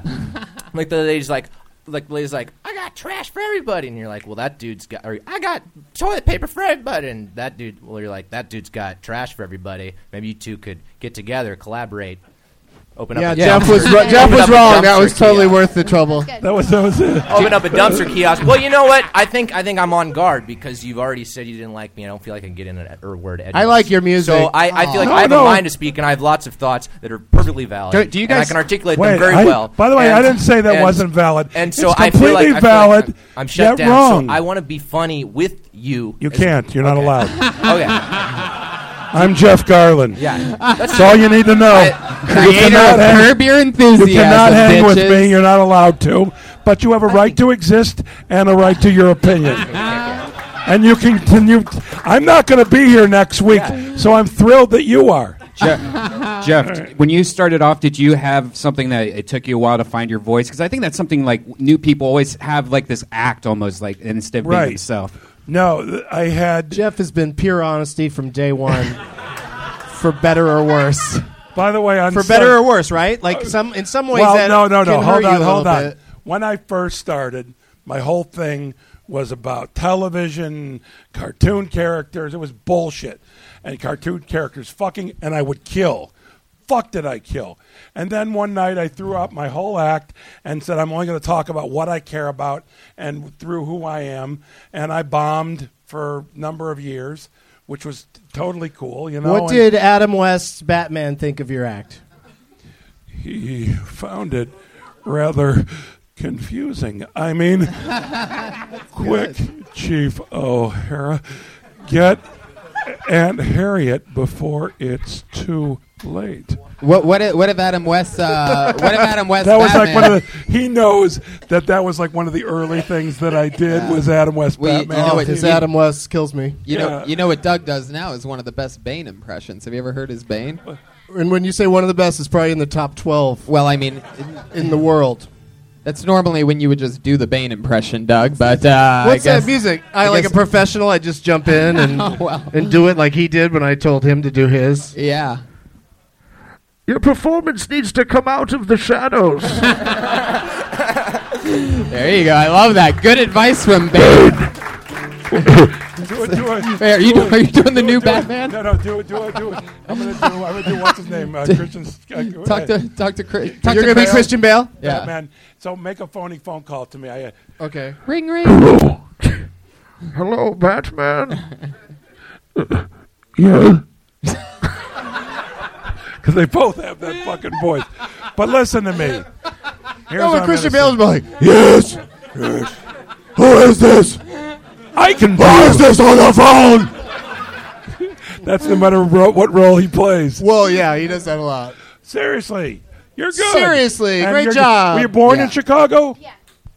D: like the lady's like. Like the lady's like, I got trash for everybody, and you're like, well, that dude's got, or I got toilet paper for everybody, and that dude, well, you're like, that dude's got trash for everybody. Maybe you two could get together, collaborate, open
H: Yeah,
D: up. a
H: Jeff
D: dumpster-
H: was ru- Jeff
D: open
H: was
D: up a
H: wrong. That
D: dumpster
H: was totally
D: kiosk
H: worth the trouble.
K: Good.
G: That was that was it.
D: open up a dumpster kiosk. Well, you know what? I think I think I'm on guard because you've already said you didn't like me. I don't feel like I can get in an or word. Edgewise.
H: I like your music.
D: So I, I feel like
G: No,
D: I have
G: no.
D: a mind to speak, and I have lots of thoughts that are perfectly valid.
F: Do- do you
D: and I
F: guys-
D: can articulate
G: Wait,
D: them very
G: I-
D: well.
G: by the way, I
D: And-
G: didn't say that
D: and-
G: wasn't valid.
D: And so
G: It's
D: I feel
G: completely
D: like- I feel like
G: valid,
D: I'm, I'm shut
G: yet
D: down.
G: wrong.
D: So I want to be funny with you.
G: You
D: as-
G: can't. You're not allowed.
D: Okay.
G: I'm Jeff Garland.
D: Yeah.
G: That's all you need to know. You
C: creator
G: cannot
C: of
G: hang-
C: Curb Your Enthusiasm,
G: You cannot hang with
C: bitches.
G: me. You're not allowed to. But you have a right to exist and a right to your opinion. and you can continue. I'm not going to be here next week, so I'm thrilled that you are.
H: Uh-huh.
F: Jeff, Jeff, when you started off, did you have something that it took you a while to find your voice? Because I think that's something like new people always have, like this act almost, like instead of
G: Right.
F: being themselves.
G: No, th- I had.
H: Jeff has been pure honesty from day one, for better or worse.
G: By the way, on
H: for
G: Sun-
H: better or worse, right? Like some in some ways.
G: well,
H: that
G: no, no, no.
H: can
G: hold
H: hurt you
G: on,
H: a
G: hold
H: little
G: on.
H: bit.
G: When I first started, my whole thing was about television, cartoon characters. It was bullshit, and cartoon characters fucking. And I would kill. Fuck did I kill? And then one night I threw out my whole act and said I'm only going to talk about what I care about and through who I am. And I bombed for a number of years, which was t- totally cool. You know.
H: what
G: and-
H: did Adam West's Batman think of your act?
G: he found it rather confusing. I mean, quick, Chief O'Hara, get Aunt Harriet before it's too late.
C: What what if, what if Adam West? Uh, what if Adam West?
G: That was like
C: Batman?
G: one of the. He knows that that was like one of the early things that I did was Adam West
C: Well, you- you
G: Batman.
C: know
H: Oh,
C: what-
H: his Adam West kills me.
C: You know,
G: Yeah.
C: you know what Doug does now is one of the best Bane impressions. Have you ever heard his Bane?
H: And when you say one of the best, it's probably in the top twelve
C: Well, I mean,
H: in the world.
C: that's normally when you would just do the Bane impression, Doug. But uh,
H: What's
C: I guess,
H: that music? I,
C: I
H: like
C: guess-
H: a professional. I just jump in and
C: Oh, well.
H: and do it like he did when I told him to do his.
C: Yeah.
H: Your performance needs to come out of the shadows.
C: There you go. I love that. Good advice from Bane.
G: Do it, do it.
C: Hey, are you
G: do
C: do- are you
G: it,
C: doing the
G: do it,
C: new
G: do it.
C: Batman?
G: No, no, do it, do it, do it. I'm gonna do. I'm gonna do. What's his name? Uh, Christian. Uh, go
C: Talk
G: ahead.
C: to talk to Chris. Talk
H: You're
C: to
H: gonna be
C: Chris.
H: Christian Bale.
C: Yeah.
G: Batman. So make a phony phone call to me. I. Uh,
H: Okay.
C: Ring ring.
G: Hello, Batman. yeah. Because they both have that fucking voice. But listen to me. Here's
H: No,
G: what
H: but
G: I'm
H: Christian
G: gonna
H: Bale's like,
G: say. Yes. yes. Who is this? I can. Who is this on the phone? That's no matter ro- what role he plays.
H: well, yeah, he does that a lot.
G: Seriously, you're good.
H: Seriously, great
G: you're good.
H: job.
G: Were you born in
H: Yeah.
G: Chicago?
K: Yeah.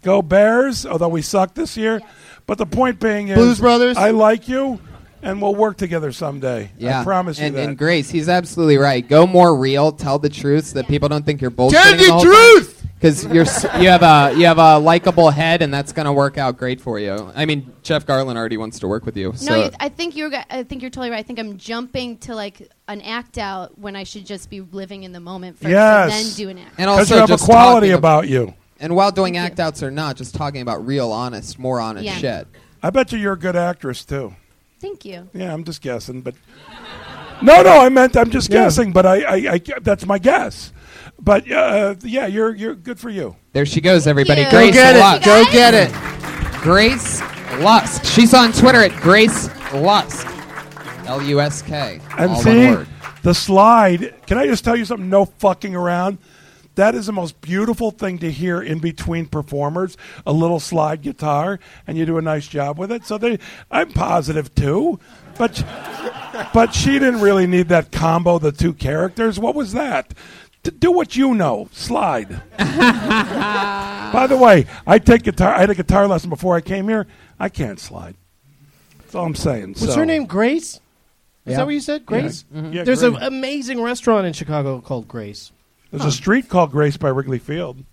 G: Go Bears, although we suck this year. But the point being is,
H: Blues Brothers?
G: I like you, and we'll work together someday.
C: Yeah.
G: I promise
C: and,
G: you that.
C: And Grace, he's absolutely right. Go more real. Tell the truth so that people don't think you're bullshitting.
H: Tell the truth!
C: Because you're s- you have a you have a likable head, and that's gonna work out great for you. I mean, Jeff Garland already wants to work with you. So.
K: No, you, I think you're. go- I think you're totally right. I think I'm jumping to like an act out when I should just be living in the moment first, and
G: Yes.
K: then do an act.
C: and
G: Because
C: also
G: you have a
C: just
G: quality
C: talking ab-
G: about you.
C: and while doing
K: Thank
C: act outs or not, just talking about real, honest, more honest
K: Yeah.
C: shit.
G: I bet you you're a good actress too.
K: Thank you.
G: Yeah, I'm just guessing, but no, no, I meant I'm just guessing, but I, I, I, that's my guess. But uh, yeah, you're, you're good for you.
C: There she goes, everybody.
K: you. Go
C: Grace
H: get it.
C: Lusk.
H: Go get it.
C: Grace Lusk. She's on Twitter at Grace Lusk. L U S K.
G: And
C: all
G: see,
C: one word.
G: the slide. Can I just tell you something? No fucking around. That is the most beautiful thing to hear in between performers. A little slide guitar, and you do a nice job with it. So they, I'm positive too. But, but she didn't really need that combo, the two characters. What was that? To do what you know, slide. By the way, I take guitar. I had a guitar lesson before I came here. I can't slide. That's all I'm saying.
H: What's
G: so.
H: her name? Grace. Is
C: Yeah.
H: that what you said? Grace. Mm-hmm.
G: Yeah,
H: There's
G: Grace.
H: an amazing restaurant in Chicago called Grace.
G: There's a street called Grace by Wrigley Field.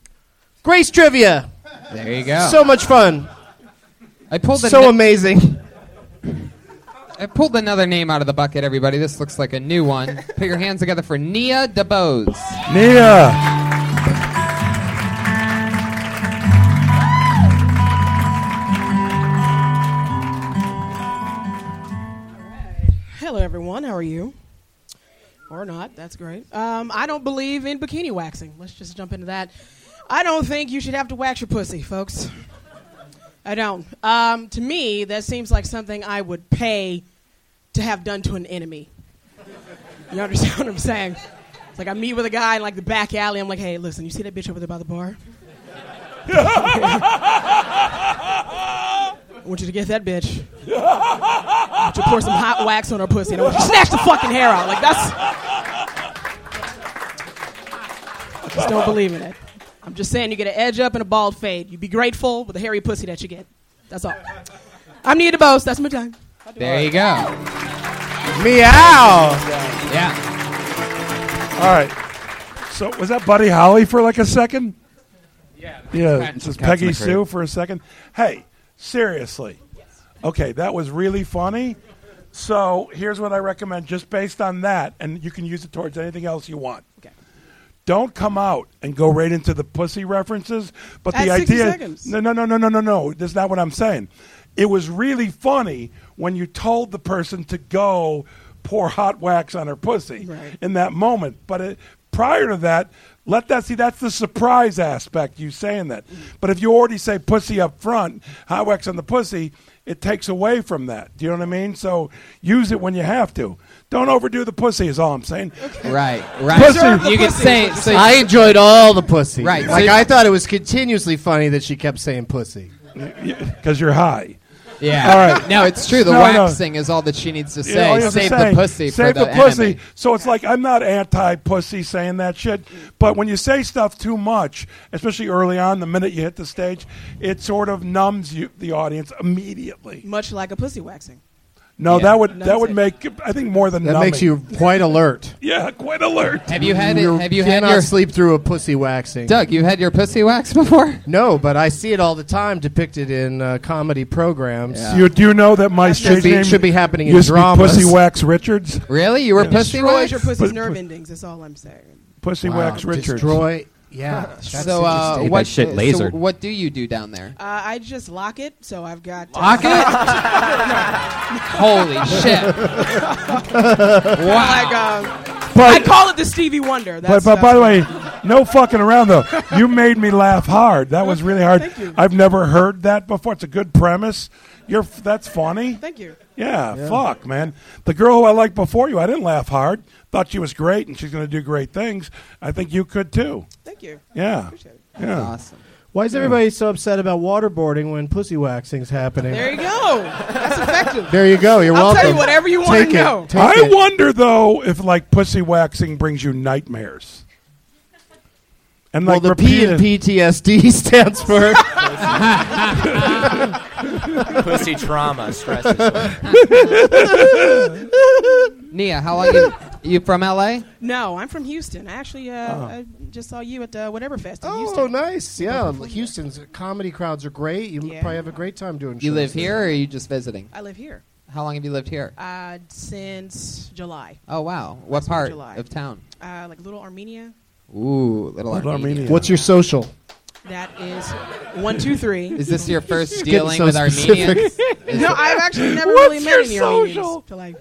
H: Grace trivia.
C: There you go.
H: So much fun.
C: I pulled the
H: so
C: na-
H: amazing.
C: I pulled another name out of the bucket, everybody. This looks like a new one. Put your hands together for Nia DeBose.
G: Nia,
M: Hello, everyone. How are you? Or not. That's great. Um, I don't believe in bikini waxing. Let's just jump into that. I don't think you should have to wax your pussy, folks. I don't. Um, to me, that seems like something I would pay to have done to an enemy. You understand what I'm saying? It's like I meet with a guy in like the back alley. I'm like, hey, listen, you see that bitch over there by the bar? want you to get that bitch. I want you to pour some hot wax on her pussy and I want you to snatch the fucking hair out. Like, that's. I just don't believe in it. I'm just saying, you get an edge up and a bald fade. You'd be grateful with the hairy pussy that you get. That's all. I'm Nita Bose. That's my time.
C: There you go.
G: Meow.
C: Yeah.
G: All right. So was that Buddy Holly for like a second? Yeah. Yeah.
F: Cats-
G: This is
F: Cats in
G: Peggy
F: the
G: Sue
F: Crib.
G: for a second. Hey, seriously. Okay, that was really funny. So here's what I recommend, just based on that, and you can use it towards anything else you want. Okay. Don't come out and go right into the pussy references, but
M: At
G: the
M: 60
G: idea
M: seconds.
G: no no no no no no no that's not what I'm saying. It was really funny when you told the person to go pour hot wax on her pussy in that moment, but it, prior to that, let that see that's the surprise aspect you saying that. But if you already say pussy up front, hot wax on the pussy, it takes away from that. Do you know what I mean? So use it when you have to. Don't overdo the pussy is all I'm saying.
C: Right, right.
G: Pussy.
C: You could say so
H: I enjoyed all the pussy.
C: Right,
H: Like
C: so-
H: I thought it was continuously funny that she kept saying pussy.
G: Because you're high.
C: Yeah.
G: All right.
C: No, it's true. The
G: No,
C: wax
G: no.
C: thing is all that she needs to
G: Yeah, all
C: say.
G: you have to
C: Save
G: say,
C: the pussy
G: save
C: for the,
G: the pussy.
C: enemy.
G: So it's like I'm not anti-pussy saying that shit, but when you say stuff too much, especially early on, the minute you hit the stage, it sort of numbs you, the audience immediately.
M: Much like a pussy waxing.
G: No,
M: Yeah.
G: that would
M: Numbs
G: that would
M: it.
G: make I think more than
H: That
G: numbing.
H: makes you quite alert.
G: yeah quite alert.
C: Have you had it?
H: You
C: Have you had
H: cannot
C: your
H: sleep through a pussy waxing.
C: Doug? You had your pussy waxed before?
H: No, but I see it all the time depicted in uh, comedy programs.
C: Yeah.
G: You do you know that my
H: Should
G: stage
H: be-
G: name
H: should be happening in
G: used to be
H: dramas.
G: Pussy Wax Richards.
C: Really? You were pussy
M: Destroys
C: waxed?
M: your pussy's
G: But-
M: nerve endings. That's all I'm saying.
G: Pussy
C: Wow.
G: Wax Richards.
H: Destroy. Yeah. That's
C: so uh,
H: interesting.
C: what?
F: shit
C: so
F: lasered.
C: what do you do down there?
M: Uh, I just lock it, so I've got. uh,
C: Lock it? Holy shit! wow.
M: Like, uh, I
G: But,
M: call it the Stevie Wonder.
G: but,
M: That's,
G: but by
M: that's-
G: the way, no fucking around though. You made me laugh hard. That was really hard.
M: Thank you.
G: I've never heard that before. It's a good premise. You're f- that's funny.
M: Thank you.
G: Yeah, fuck, man. The girl who I liked before you, I didn't laugh hard. Thought she was great and she's going to do great things. I think you could too.
M: Thank you.
G: Yeah.
M: Appreciate it.
G: Yeah.
C: Awesome.
H: Why is everybody so upset about waterboarding when pussy waxing's happening?
M: There you go. That's effective.
H: There you go. You're
M: I'll
H: welcome.
M: tell you whatever you wanna
H: Take it.
M: know.
H: Take
G: I
H: it.
G: wonder though if like pussy waxing brings you nightmares. And
H: Well,
G: like
H: the P in
G: repeated-
H: PTSD stands for
D: Pussy trauma, stress disorder.
C: Nia, how long you you from LA?
M: No, I'm from Houston. I actually uh,
G: Oh.
M: I just saw you at uh, whatever fest in
H: Oh,
M: Houston.
H: nice. Yeah, Houston's uh, comedy crowds are great. You
M: Yeah.
H: probably have a great time doing.
C: You
H: shows
C: live
H: there.
C: here, or are you just visiting?
M: I live here
C: How long have you lived here?
M: uh, since July,
C: Oh wow, what
M: Since
C: part
M: July.
C: of town?
M: uh, like Little Armenia.
C: Ooh, little
G: Little
C: Armenia.
G: Armenia.
H: What's your social?
M: That is one, two, three.
C: Is this your first
H: getting
C: dealing
H: so
C: with Armenians?
M: no, I've actually never
G: What's
M: really
G: your
M: met any Armenians.
G: social?
M: till I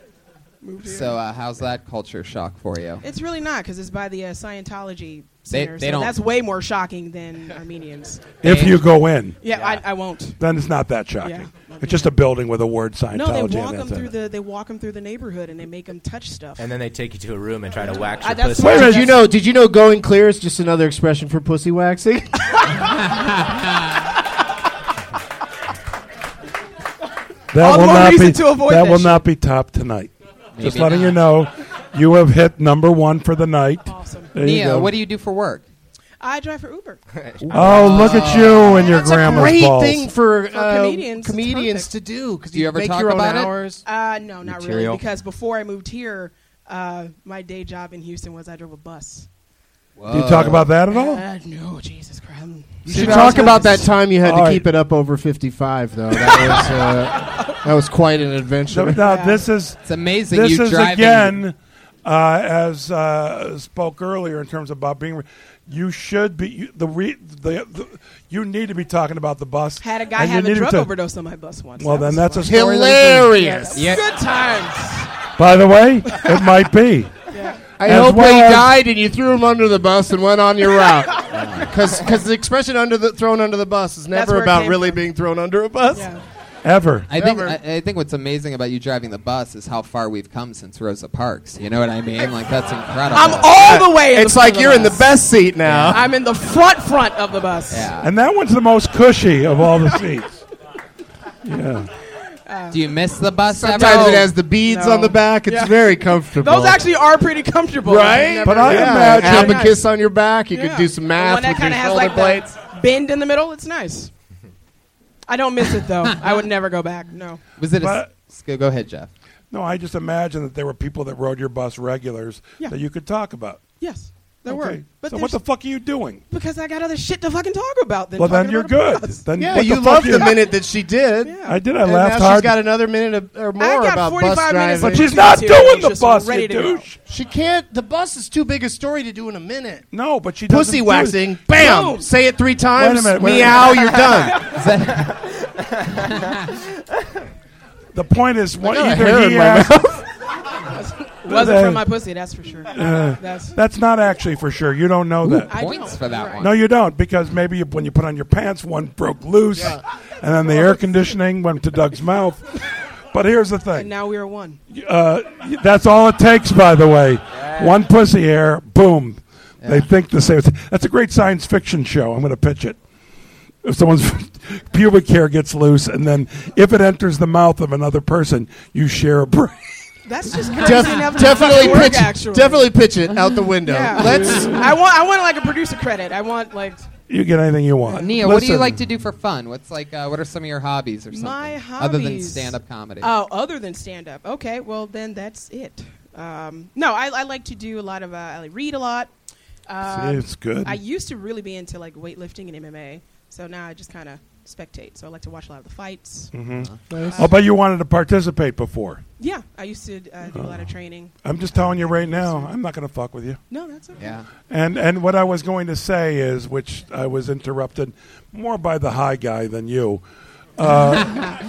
M: moved here.
C: So uh, how's that culture shock for you?
M: It's really not because it's by the uh, Scientology
C: They-
M: Center.
C: they
M: so
C: don't-
M: that's way more shocking than Armenians.
G: if you go in,
M: Yeah, I, I won't.
G: then it's not that shocking.
M: Yeah.
G: It's just a building with a word Scientology.
M: No, they
G: and
M: walk them
G: that's
M: through
G: it.
M: the they walk 'em through the neighborhood and they make them touch stuff.
L: And then they take you to a room and try to wax
M: Ah,
L: your
M: that's
L: pussy.
M: what-
H: Wait a minute. Did you
M: Yes.
H: know? Did you know going clear is just another expression for pussy waxing?
G: That
M: All the
G: will
M: more
G: not
M: reason
G: be
M: to avoid
G: that
M: that
G: will
M: shit.
G: not be top tonight. Just
C: Maybe
G: letting you
C: not.
G: know, you have hit number one for the night.
M: Awesome.
G: There you
C: Nia,
G: go.
C: what do you do for work?
M: I drive for Uber.
G: oh, look at you and your
H: That's a
G: grandma's
H: great
G: balls.
H: thing for,
M: For
H: uh,
M: comedians, it's
H: comedians
M: perfect.
H: to do because
C: Do you ever
H: make
C: talk
H: your own
C: about it?
H: hours.
M: Uh, no, not
F: Material.
M: really. Because before I moved here, uh, my day job in Houston was I drove a bus.
G: Do you
C: Oh.
G: talk about that at all?
M: Uh, no, Jesus Christ. I'm-
H: You should talk about that time you had
G: All
H: to
G: right.
H: keep it up over 55, though. That was uh, that was quite an adventure.
G: No, no, this is
C: It's amazing
G: this
C: you
G: is
C: driving.
G: again uh, as uh, spoke earlier in terms of about being. Re- you should be you, the, re, the, the you need to be talking about the bus.
M: Had a guy
G: and you
M: have a
G: needed
M: drug
G: to-
M: overdose on my bus once.
G: Well,
M: That
G: then
M: was
G: that's
M: fun.
G: a story.
H: Hilarious.
C: Yeah.
M: Good times.
G: By the way, it might be.
H: I
G: As
H: hope
G: well
H: they
G: as-
H: died and you threw him under the bus and went on your route. Because the expression "under the thrown under the bus" is never
M: where it
H: about
M: came
H: really
M: from.
H: being thrown under a bus.
M: Yeah.
G: Ever.
C: I think
H: Ever.
C: I, I think what's amazing about you driving the bus is how far we've come since Rosa Parks. You know what I mean? Like that's incredible.
M: I'm all the way. In
H: It's
M: the front
H: like
M: of
H: you're in the
M: bus.
H: best seat now.
M: I'm in the front front of the bus.
C: yeah.
G: And that one's the most cushy of all the seats. Yeah.
C: Do you miss the bus?
H: Sometimes
C: ever?
H: it has the beads
C: No.
H: on the back. It's
C: Yeah.
H: very comfortable.
M: Those actually are pretty comfortable. I've
H: right?
M: never-
H: Yeah. Have a kiss on your back. You could do some
M: The one
H: math
M: that
H: with your
M: kind of has
H: shoulder
M: like
H: blades.
M: the bend in the middle. It's nice. I don't miss it though. I would never go back. No.
C: Was it?
G: But-
C: A, s- go go ahead, Jeff.
G: No, I just imagine that there were people that rode your bus regulars
M: Yeah.
G: that you could talk about.
M: Yes, there
G: Okay.
M: were. But
G: so what the
M: there's-
G: fuck are you doing?
M: Because I got other shit to fucking talk about. Than
G: Well, then
M: talking
G: you're
M: about a
G: good.
M: bus.
G: Then
H: Yeah,
G: what
H: you
G: the
H: loved
G: fuck
H: the minute that she did.
G: I did. I
H: and
G: laughed
H: now
G: hard.
H: She's got another minute of- or more
M: got
H: about
M: 45
H: bus
M: minutes
H: driving.
G: but she's not
M: Material
G: doing the
M: just
G: bus,
M: ready
G: you
M: to go.
G: douche.
H: She can't. The bus is too big a story to do in a minute.
G: No, but she doesn't
H: Pussy
G: do-
H: waxing. Bam.
M: Boom.
H: Say it three times.
G: minute, wait a
H: meow. You're done.
G: The point is, what
H: got a
G: either
H: hair
G: he
H: in my
G: has,
M: Wasn't from my pussy. That's for sure. That's.
G: that's not actually for sure. You don't know that.
M: I
C: Points
M: don't.
C: for that
M: Right.
C: one.
G: No, you don't, because maybe you, when you put on your pants, one broke loose, and then the air conditioning went to Doug's mouth. But here's the
M: And
G: thing.
M: now we are one.
G: Uh, that's all it takes, by the way. One pussy hair, boom. They think the same. That's a great science fiction show. I'm going to pitch it. If someone's pubic hair gets loose, and then if it enters the mouth of another person, you share a brain.
M: That's just crazy enough
H: Def-
M: to fucking
H: definitely
M: work,
H: pitch.
M: actually.
H: Definitely pitch it out the window.
M: Yeah.
H: Let's.
M: I want. I want like a producer credit. I want like
G: You get anything you want.
C: Nia, what do you
G: Listen,
C: like to do for fun? What's like? Uh, what are some of your hobbies or something?
M: my hobbies
C: other than stand-up comedy.
M: Oh, other than stand up. Okay, well then that's it. Um, no, I, I like to do a lot of. Uh, I read a lot. Um,
G: See, it's good.
M: I used to really be into like weightlifting and MMA, so now I just kind of spectate. So I like to watch a lot of the fights.
G: Mm-hmm.
C: Uh-huh.
G: I'll bet Oh, you wanted to participate before.
M: Yeah, I used to uh, do a lot of training.
G: I'm just telling you right now, I'm not going to fuck with you.
M: No, that's okay.
C: yeah.
G: And and what I was going to say is, which I was interrupted more by the high guy than you. Uh,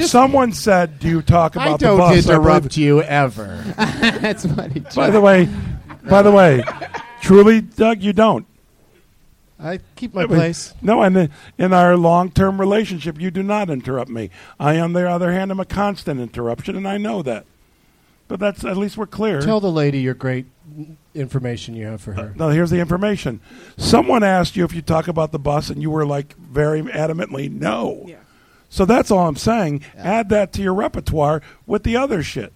G: Someone said, "Do you talk about
H: I
G: the
H: don't
G: bus?" I
H: interrupt
G: believe-
H: you ever.
C: That's what he.
G: By the way, by the way, truly, Doug, you don't.
H: I keep my place.
G: No, and in- in our long-term relationship, you do not interrupt me. I, on the other hand, am a constant interruption, and I know that. But that's at least we're clear.
H: Tell the lady your great information you have for her.
G: No, here's the information. Someone asked you if you talk about the bus, and you were like very adamantly no.
M: Yeah.
G: So that's all I'm saying. Add that to your repertoire with the other shit.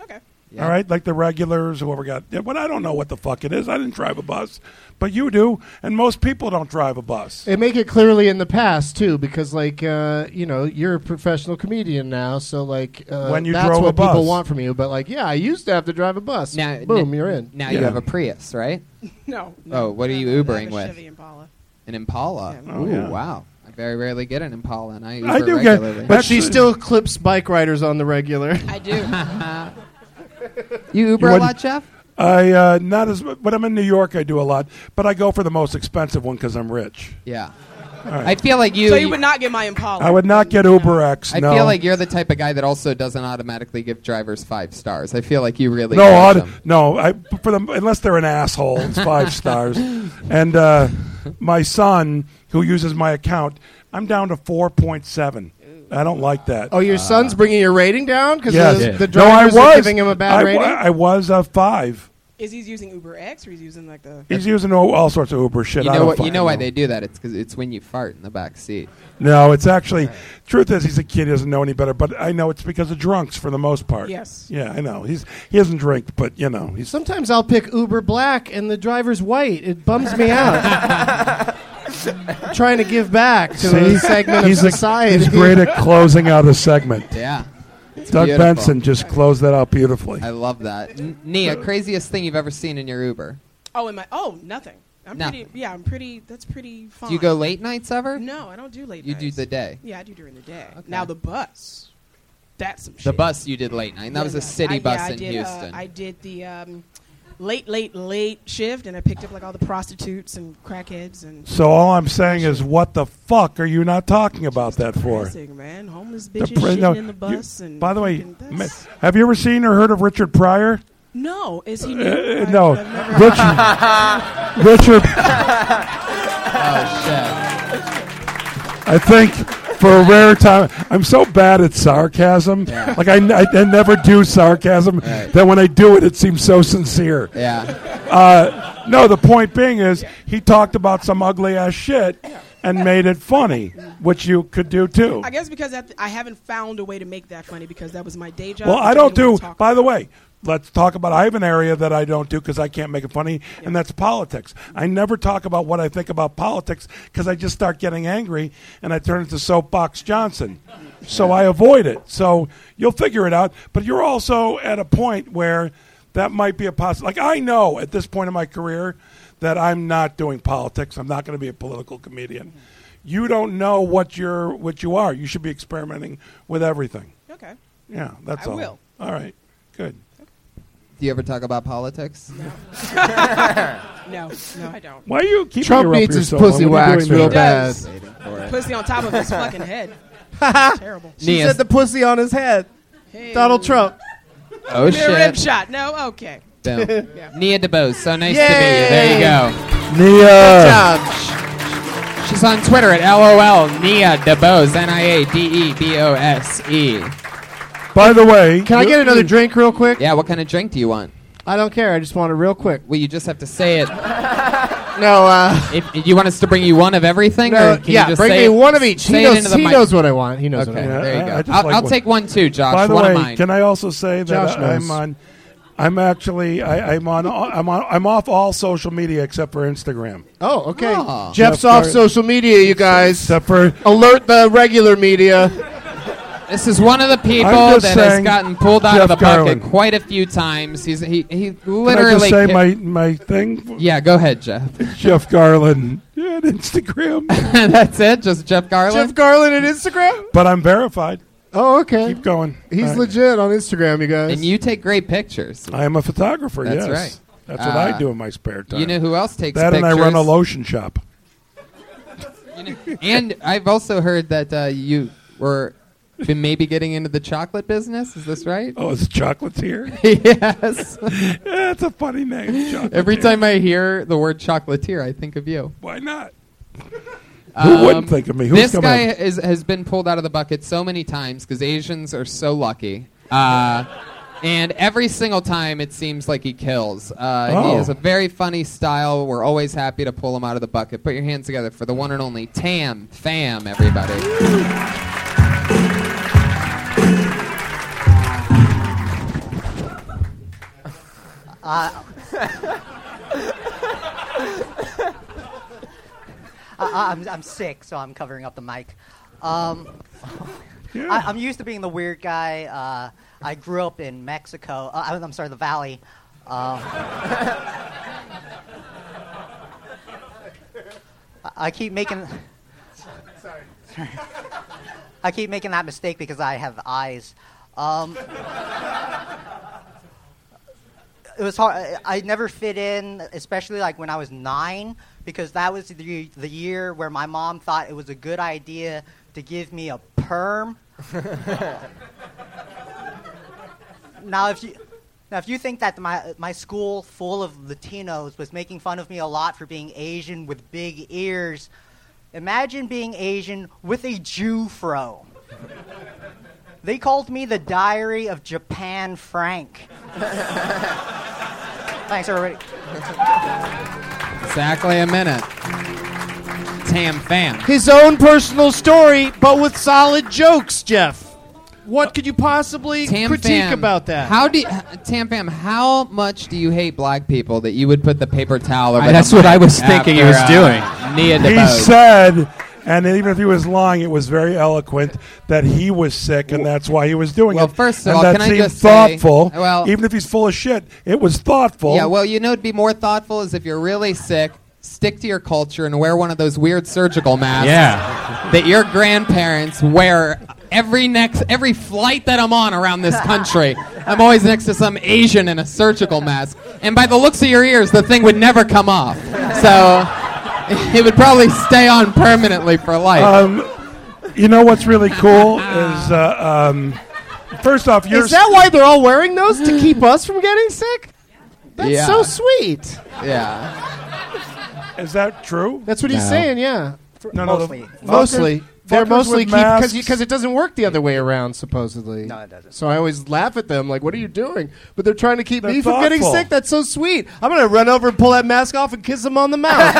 M: Okay.
C: Yeah.
G: All right, like the regulars, whoever got. yeah, But I don't know what the fuck it is. I didn't drive a bus, but you do, and most people don't drive a bus.
H: And make it clearly in the past too, because like uh, you know, you're a professional comedian now, so like uh,
G: When you
H: that's
G: drove
H: what
G: a bus.
H: people want from you. But like, yeah, I used to have to drive a bus.
C: Now,
H: Boom,
C: n-
H: you're in.
C: Now
G: Yeah.
C: you have a Prius, right?
M: No.
C: Oh, what are
M: I
C: you
M: have a- I have
C: Ubering
M: a
C: with?
M: Chevy Impala.
C: An Impala.
M: Yeah.
G: Oh,
C: Ooh,
G: yeah.
C: wow. I very rarely get an Impala, and I Uber
G: I do get-
C: regularly.
H: But she
G: Actually-
H: still clips bike riders on the regular.
M: I do.
C: you Uber
G: You
C: a
G: wouldn't-
C: lot, Jeff?
G: I uh, not as mu- when I'm in New York, I do a lot, but I go for the most expensive one because I'm rich.
C: Yeah. I feel like you.
M: so you would not get my Impala.
G: I would not get UberX.
C: I
G: no.
C: feel like you're the type of guy that also doesn't automatically give drivers five stars. I feel like you really
G: No,
C: judge
G: I'd,
C: them.
G: no. I for them unless they're an asshole. It's five stars. And uh, my son, who uses my account, I'm down to four point seven. I don't like that.
H: Oh, your son's bringing your rating down because
G: Yes.
H: the, the
G: no, I
H: drivers
G: was
H: are giving him a bad
G: I, wa-
H: rating.
G: I was a five.
M: Is he using Uber X or he's using like the?
G: He's using all, all sorts of Uber shit.
C: You
G: I
C: know
G: don't
C: what? You
G: fucking
C: know why they do that? It's because it's when you fart in the back seat.
G: No, it's actually. Truth is, he's a kid. He doesn't know any better. But I know it's because of drunks for the most part.
M: Yes.
G: Yeah, I know. He's he doesn't drink, but you know he's.
H: Sometimes I'll pick Uber Black and the driver's white. It bums me out. I'm trying to give back to
G: See?
H: a segment
G: He's a-
H: of society.
G: He's great at closing out a segment.
C: Yeah.
G: Doug
C: Beautiful.
G: Benson just closed that out beautifully.
C: I love that. N- Nia,
G: Uh,
C: craziest thing you've ever seen in your Uber?
M: Oh, am I? Oh, nothing. I'm
C: Nothing.
M: pretty. Yeah, I'm pretty. That's pretty fine.
C: Do you go late nights ever?
M: No, I don't do late.
C: You do
M: nights.
C: the day.
M: Yeah, I do during the day.
C: Okay.
M: Now the bus. That's some shit.
C: The bus you did late night. and That
M: Yeah,
C: was
M: yeah.
C: a city
M: I-
C: bus
M: yeah, I
C: in
M: did, uh,
C: Houston.
M: I did the um, late, late, late shift, and I picked up like all the prostitutes and crackheads and.
G: So all I'm saying is, what the fuck are you not talking about that for?
M: depressing, man, homeless
G: The
M: bitches
G: pre-
M: shitting
G: no,
M: in the
G: you-
M: bus and.
G: by the way,
M: fucking-
G: ma-
M: that's-
G: have you ever seen or heard of Richard Pryor?
M: no, is he?
G: Uh,
M: New? I-
G: no,
M: I've never-
G: Richard.
C: oh,
G: I think for a rare time, I'm so bad at sarcasm. Like I, n- I- I never do sarcasm.
C: Right.
G: That when I do it, it seems so sincere. Uh,
C: shit. Yeah.
G: No, the point being is he talked about some ugly ass shit, and made it funny, which you could do too.
M: I guess because that, I haven't found a way to make that funny because that was my day job.
G: Well,
M: which
G: I don't
M: didn't
G: do.
M: wanna talk
G: By the way, let's talk about. I have an area that I don't do because I can't make it funny, and that's politics. I never talk about what I think about politics because I just start getting angry and I turn into soapbox Johnson. So I avoid it. So you'll figure it out. But you're also at a point where that might be a possible. Like I know at this point in my career that I'm not doing politics. I'm not going to be a political comedian. You don't know what you're what you are. You should be experimenting with everything.
M: Okay.
G: Yeah, that's
M: I
G: all.
M: will.
G: All right. Good.
C: Do you ever talk about politics?
M: No, no, I don't.
G: Why you keep
C: Trump
G: interrupting
C: needs his
G: yourself? Why
C: pussy
G: would you
C: waxed
G: do it
C: real
G: now?
C: bad.
M: Pussy on top of his fucking head. It's terrible.
H: She said the pussy on his head. Donald Trump.
C: Oh
M: Give me a rib
C: shit!
M: shot. No, okay.
C: Boom. Nia DeBose, so nice to meet you. There
H: Yay.
C: you go.
H: Nia.
C: She's on Twitter at lol Nia DeBose N I A D E B O S E.
G: By the way,
H: Can I get another drink real quick?
C: Yeah, what kind of drink do you want?
H: I don't care. I just want it real quick.
C: Well, you just have to say it.
H: No, uh,
C: If, if you want us to bring you one of everything,
H: No,
C: or can
H: yeah,
C: you just
H: bring
C: say
H: me
C: it-
H: one of each. He
C: say it
H: knows-
C: into the
H: he
C: mic.
H: knows what I want. He knows
C: Okay,
H: what I want.
C: there you
G: Yeah,
C: go.
G: I- I just
C: I'll,
G: like
C: I'll
G: one.
C: take one too, Josh.
G: By the
C: one
G: way,
C: of mine.
G: can I also say
H: Josh
G: that I-
H: knows.
G: I'm on? I'm actually I, I'm on all- I'm on I'm off all social media except for Instagram.
H: Oh, okay.
C: Ah.
H: Jeff's
G: Jeff
H: off
G: Gar-
H: social media, you guys.
G: Except for
H: Alert the regular media.
C: This is one of the people
G: I'm
C: that
G: just
C: has
G: saying
C: gotten pulled out of
G: Jeff
C: the bucket
G: Garland.
C: quite a few times. He's he he
G: Can I
C: literally.
G: just say
C: ki-
G: my my thing?
C: yeah, go ahead, Jeff.
G: Jeff Garland yeah, and Instagram,
C: That's it, just Jeff Garland.
H: Jeff Garland on Instagram?
G: but I'm verified.
H: Oh, okay.
G: Keep going.
H: He's
G: All right.
H: legit on Instagram, you guys.
C: and you take great pictures.
G: I am a photographer.
C: That's
G: yes,
C: right.
G: That's what
C: Uh,
G: I do in my spare time.
C: You know who else takes
G: that and
C: pictures?
G: I run a lotion shop.
C: And I've also heard that uh, you were been maybe getting into the chocolate business. Is this right?
G: Oh, is chocolates here?
C: yes.
G: That's a funny name. Chocolate
C: Every time I hear the word chocolatier, I think of you. Um,
G: Why not? Who wouldn't think of me? Who's
C: this
G: coming?
C: guy is, has been pulled out of the bucket so many times because Asians are so lucky. Uh, and every single time it seems like he kills. Uh, He
G: Oh.
C: has a very funny style. We're always happy to pull him out of the bucket. Put your hands together for the one and only Tam Fam, everybody.
I: I'm, I'm sick, so I'm covering up the mic. Um,
G: Yeah.
I: I, I'm used to being the weird guy. Uh, I grew up in Mexico. Uh, I'm, I'm sorry, the Valley. Um, I- I keep making. Sorry. I keep making that mistake because I have eyes. Um, it was hard. I- I never fit in, especially like when I was nine, because that was the the year where my mom thought it was a good idea to give me a perm. now, if you now if you think that my my school full of Latinos was making fun of me a lot for being Asian with big ears, imagine being Asian with a Jew fro. They called me the Diary of Japan Frank. Thanks, everybody.
C: exactly a minute. Tam Fam.
H: His own personal story, but with solid jokes, Jeff. What could you possibly
C: Tam
H: critique
C: Fam,
H: about that?
C: How do you, Tam Fam? How much do you hate black people that you would put the paper towel over?
F: I- that's
C: the
F: what
C: mic
F: I was thinking he was
C: after, uh,
F: doing.
C: Nia
G: he
C: DeBose.
G: said, and even if he was lying, it was very eloquent that he was sick and that's why he was doing
C: Well,
G: it.
C: first of
G: and
C: all,
G: that
C: can I
G: seemed
C: just say-
G: thoughtful.
C: well-
G: even if he's full of shit, it was thoughtful.
C: yeah, well, you know, it'd be more thoughtful is if you're really sick, stick to your culture and wear one of those weird surgical masks.
F: Yeah.
C: That your grandparents wear every next every flight that I'm on around this country. I'm always next to some Asian in a surgical mask, and by the looks of your ears, the thing would never come off. So. It would probably stay on permanently for life.
G: um, you know what's really cool is, uh, um, first off, you're
H: Is that why they're all wearing those to keep us from getting sick? That's
C: Yeah.
H: so sweet.
C: yeah.
G: is that true?
H: That's what he's
F: No.
H: saying. Yeah,
G: No,
I: Mostly.
G: no. the-
H: mostly
G: fuckers-
H: they're
G: fuckers
H: mostly
G: with
H: because
G: masks.
H: because it doesn't work the other way around supposedly.
I: No, it doesn't.
H: So I always laugh at them like, "What are you doing?" But they're trying to keep
G: They're
H: me from getting
G: thoughtful.
H: sick. That's so sweet. I'm
C: Ah,
H: gonna run over and pull that mask off and kiss him on the mouth.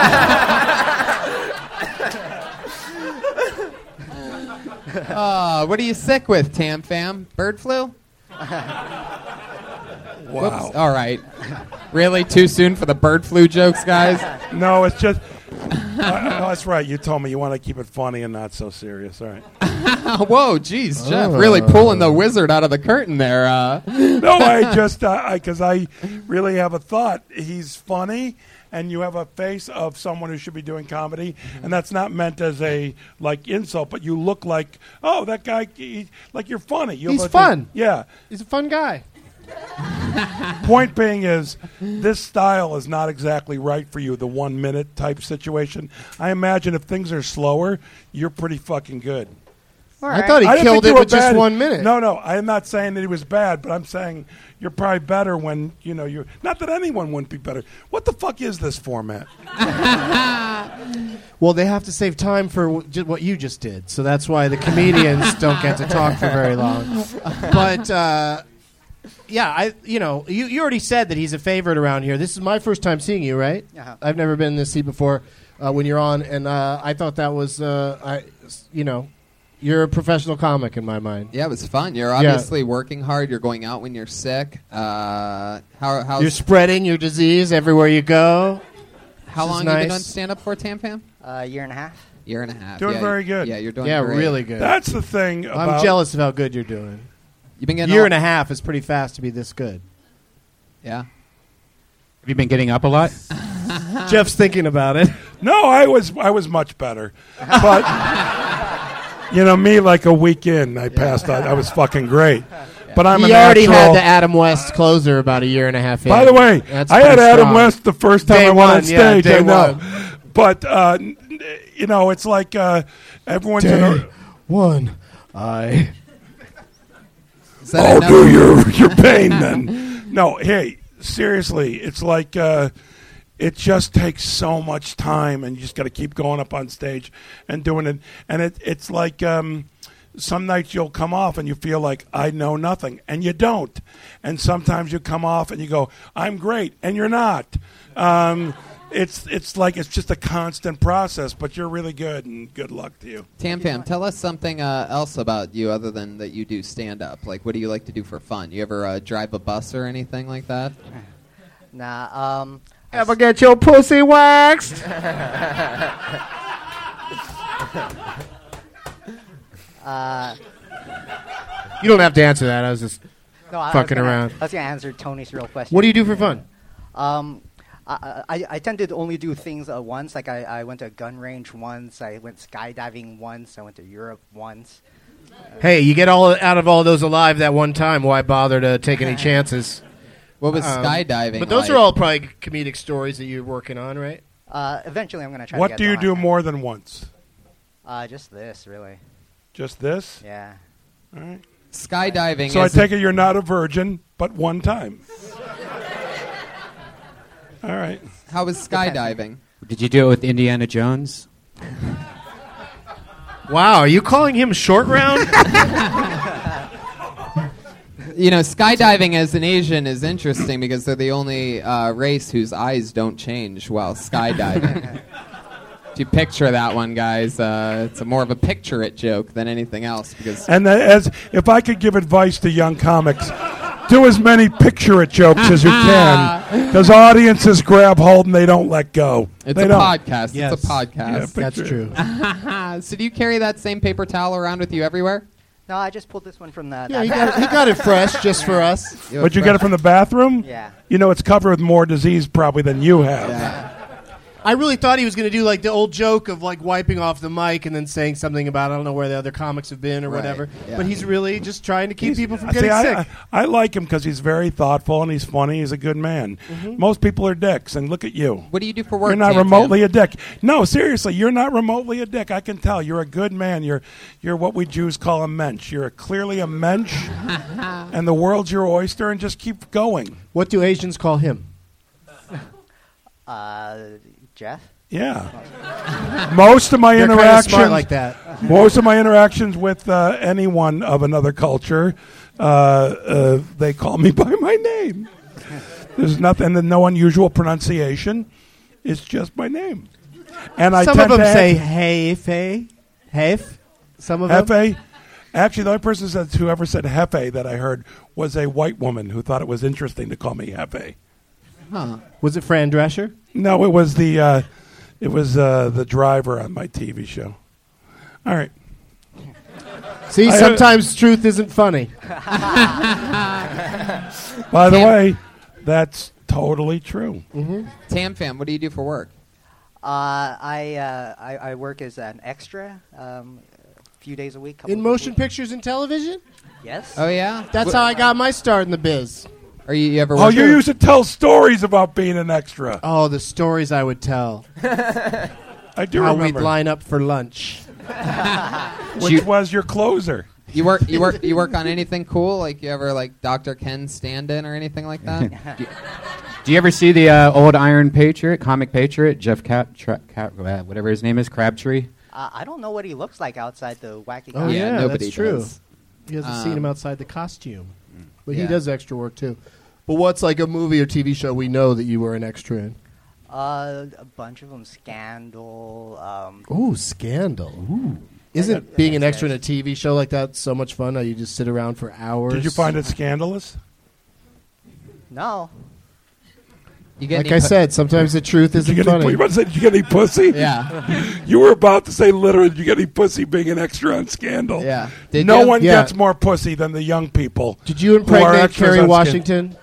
C: Oh, what are you sick with, Tam Fam? Bird flu?
G: Wow.
C: Whoops. All right. Really? Too soon for the bird flu jokes, guys?
G: No, it's just. I- uh, no, that's right. You told me you want to keep it funny and not so serious. All right.
C: Oh, Whoa, jeez, Jeff, really
H: Oh.
C: pulling the wizard out of the curtain there. Uh.
G: No, I just because I really have a thought. He's funny, and you have a face of someone who should be doing comedy,
C: Mm-hmm.
G: and that's not meant as a like insult. But you look like oh, that guy. He, like you're funny. You have
H: He's
G: a-
H: fun.
G: yeah.
H: He's a fun guy.
G: Point being is, this style is not exactly right for you. The one minute type situation. I imagine if things are slower, you're pretty fucking good.
H: I thought he
G: didn't
H: killed
G: think you
H: it
G: were
H: with just
G: bad.
H: one minute.
G: No, no, I'm not saying that he was bad, but I'm saying you're probably better when you know you're. Not that anyone wouldn't be better. What the fuck is this format?
H: Well, they have to save time for w- ju- what you just did, so that's why the comedians don't get to talk for very long. But uh, yeah, I you know you, you already said that he's a favorite around here. This is my first time seeing you, right?
I: Uh-huh.
H: I've never been in this seat before uh, when you're on, and uh, I thought that was uh, I you know you're a professional comic in my mind.
C: Yeah, it was fun. You're
H: Yeah.
C: obviously working hard. You're going out when you're sick. Uh, how how's,
H: You're spreading your disease everywhere you go.
C: how
H: This is
C: long have you
H: nice.
C: been doing stand up for, Tam Fam?
I: A year and a half.
C: Year and a half.
G: Doing
C: Yeah,
G: very good.
C: Yeah, you're doing
H: yeah,
C: great.
H: really good.
G: That's the thing.
H: I'm
G: about-
H: jealous of how good you're doing.
C: You've been getting
H: year
C: all-
H: and a half is pretty fast to be this good.
C: Yeah.
F: Have you been getting up a lot?
H: Jeff's thinking about it.
G: No, I was I was much better, but you know me like a weekend. I passed. I, I was fucking great, but I'm
H: he
G: a
H: already
G: natural.
H: had the Adam West closer about a year and a half.
G: By
H: in.
G: the way,
H: That's
G: I had
H: pretty
G: Adam
H: strong.
G: West the first time
H: Day
G: I went on
H: one, yeah,
G: stage.
H: day
G: I know,
H: one.
G: but uh, n- you know it's like uh, everyone's in a,
H: Day one, I
C: Is
G: I'll
C: that
G: do your
C: another-
G: your pain then. No, hey, seriously, it's like uh, it just takes so much time, and you just got to keep going up on stage and doing it. And it it's like um, some nights you'll come off and you feel like I know nothing, and you don't. And sometimes you come off and you go, I'm great, and you're not. Um, it's it's like it's just a constant process, but you're really good, and good luck to you.
C: Tam Fam, tell us something uh, else about you other than that you do stand up. Like, what do you like to do for fun? You ever uh, drive a bus or anything like that?
I: Nah, um,
H: ever get your pussy waxed?
I: uh,
H: You don't have to answer that. I was just
I: no, I, I was
H: fucking
I: gonna-
H: around.
I: I was gonna answer Tony's real question.
H: What do you do for fun?
I: Um, I, I, I tend to only do things uh, once. Like I, I went to a gun range once. I went skydiving once. I went to Europe once.
H: Hey, you get all out of all those alive that one time. Why bother to take any chances?
C: What was
H: Um,
C: skydiving?
H: But those
C: like?
H: are all probably comedic stories that you're working on, right?
I: Uh, eventually, I'm gonna try. to
G: What
I: get
G: do you
I: on.
G: do more than once?
I: Uh, just this, really.
G: Just this?
I: Yeah.
G: All right.
C: skydiving.
G: So I
C: isn't-
G: take it you're not a virgin, but one time. All right.
C: How was skydiving?
F: Did you do it with Indiana Jones?
H: Wow, are you calling him short round?
C: You know, skydiving as an Asian is interesting because they're the only uh, race whose eyes don't change while skydiving. If you picture that one, guys, uh, it's a more of a picture it joke than anything else because
G: And that as if I could give advice to young comics, do as many picture it jokes as you can, because audiences grab hold and they don't let go.
C: it's
G: They
C: a
G: don't.
C: podcast. It's a podcast.
G: Yeah, picture it.
C: so do you carry that same paper towel around with you everywhere?
I: No, I just pulled this one from the.
H: yeah, he got, he got it fresh just for us.
G: But you get it from the bathroom.
I: Yeah.
G: You know it's covered with more disease probably than you have.
H: I really thought he was going to do like the old joke of like wiping off the mic and then saying something about I don't know where the other comics have been or
C: Right,
H: whatever.
C: yeah.
H: But he's really just trying to keep
G: He's-
H: people from
G: see,
H: getting sick.
G: I, I, I like him because he's very thoughtful and he's funny. He's a good man.
H: Mm-hmm.
G: Most people are dicks, and look at you.
C: What do you do for work?
G: You're not
C: Tam Tam?
G: remotely a dick. No, seriously, you're not remotely a dick. I can tell. You're a good man. You're you're what we Jews call a mensch. You're clearly a mensch, and the world's your oyster. And just keep going.
H: what do Asians call him?
I: Uh, Jeff.
G: Yeah. most of my
H: They're kinda
G: interactions
H: smart like that.
G: most of my interactions with uh, anyone of another culture, uh, uh, they call me by my name. There's nothing, and no unusual pronunciation. It's just my name. And I
H: Some of
G: tend
H: them
G: to
H: say hey, fey, hef. Some of
G: Hefe.
H: them?
G: Actually, the only person who said, who ever said Hefe that I heard was a white woman who thought it was interesting to call me Hefe.
C: Huh.
H: Was it Fran Drescher?
G: No, it was the uh, it was uh, the driver on my TV show. All right.
H: See,
G: I, uh,
H: sometimes truth isn't funny.
G: By the way, that's totally true.
C: Mm-hmm. Tam fam, what do you do for work?
I: Uh, I, uh, I I work as an extra, um, a few days a week. couple
H: In
I: days a
H: motion
I: week.
H: pictures and television?
I: Yes.
C: Oh yeah,
H: That's how I got my start in the biz.
C: Are you, ever?
G: Oh, you used to tell stories about being an extra.
H: Oh, the stories I would tell.
G: I do
H: how
G: remember.
H: we'd line up for lunch.
G: Which was your closer?
C: You work, you work, you work on anything cool? Like you ever like Dr. Ken stand-in or anything like that?
F: Do you ever see the uh, old Iron Patriot, comic Patriot, Jeff Cap, tra- Cap uh, whatever his name is, Crabtree?
I: Uh, I don't know what he looks like outside the wacky.
H: Oh
I: guy.
H: yeah,
F: nobody
H: that's true.
F: does.
H: You guys have seen
F: Um,
H: him outside the costume, but
I: Yeah.
H: he does extra work too. But what's like a movie or TV show we know that you were an extra in?
I: Uh, a bunch of them. Scandal. Um,
H: Ooh, Scandal. Isn't being an extra in a TV show like that so much fun? How you just sit around for hours?
G: Did you find it scandalous?
I: no.
C: You
H: Like I said, sometimes the truth
G: Did you
H: isn't
G: get any,
H: funny.
G: you about to say, did you get any pussy?
C: Yeah.
G: you were about to say literally, did you get any pussy being an extra on Scandal?
H: Yeah. Did
G: no
H: you?
G: one
H: Yeah.
G: gets more pussy than the young people.
H: Did you
G: who are
H: impregnate
G: extras
H: Kerry
G: on Scandal.
H: Washington?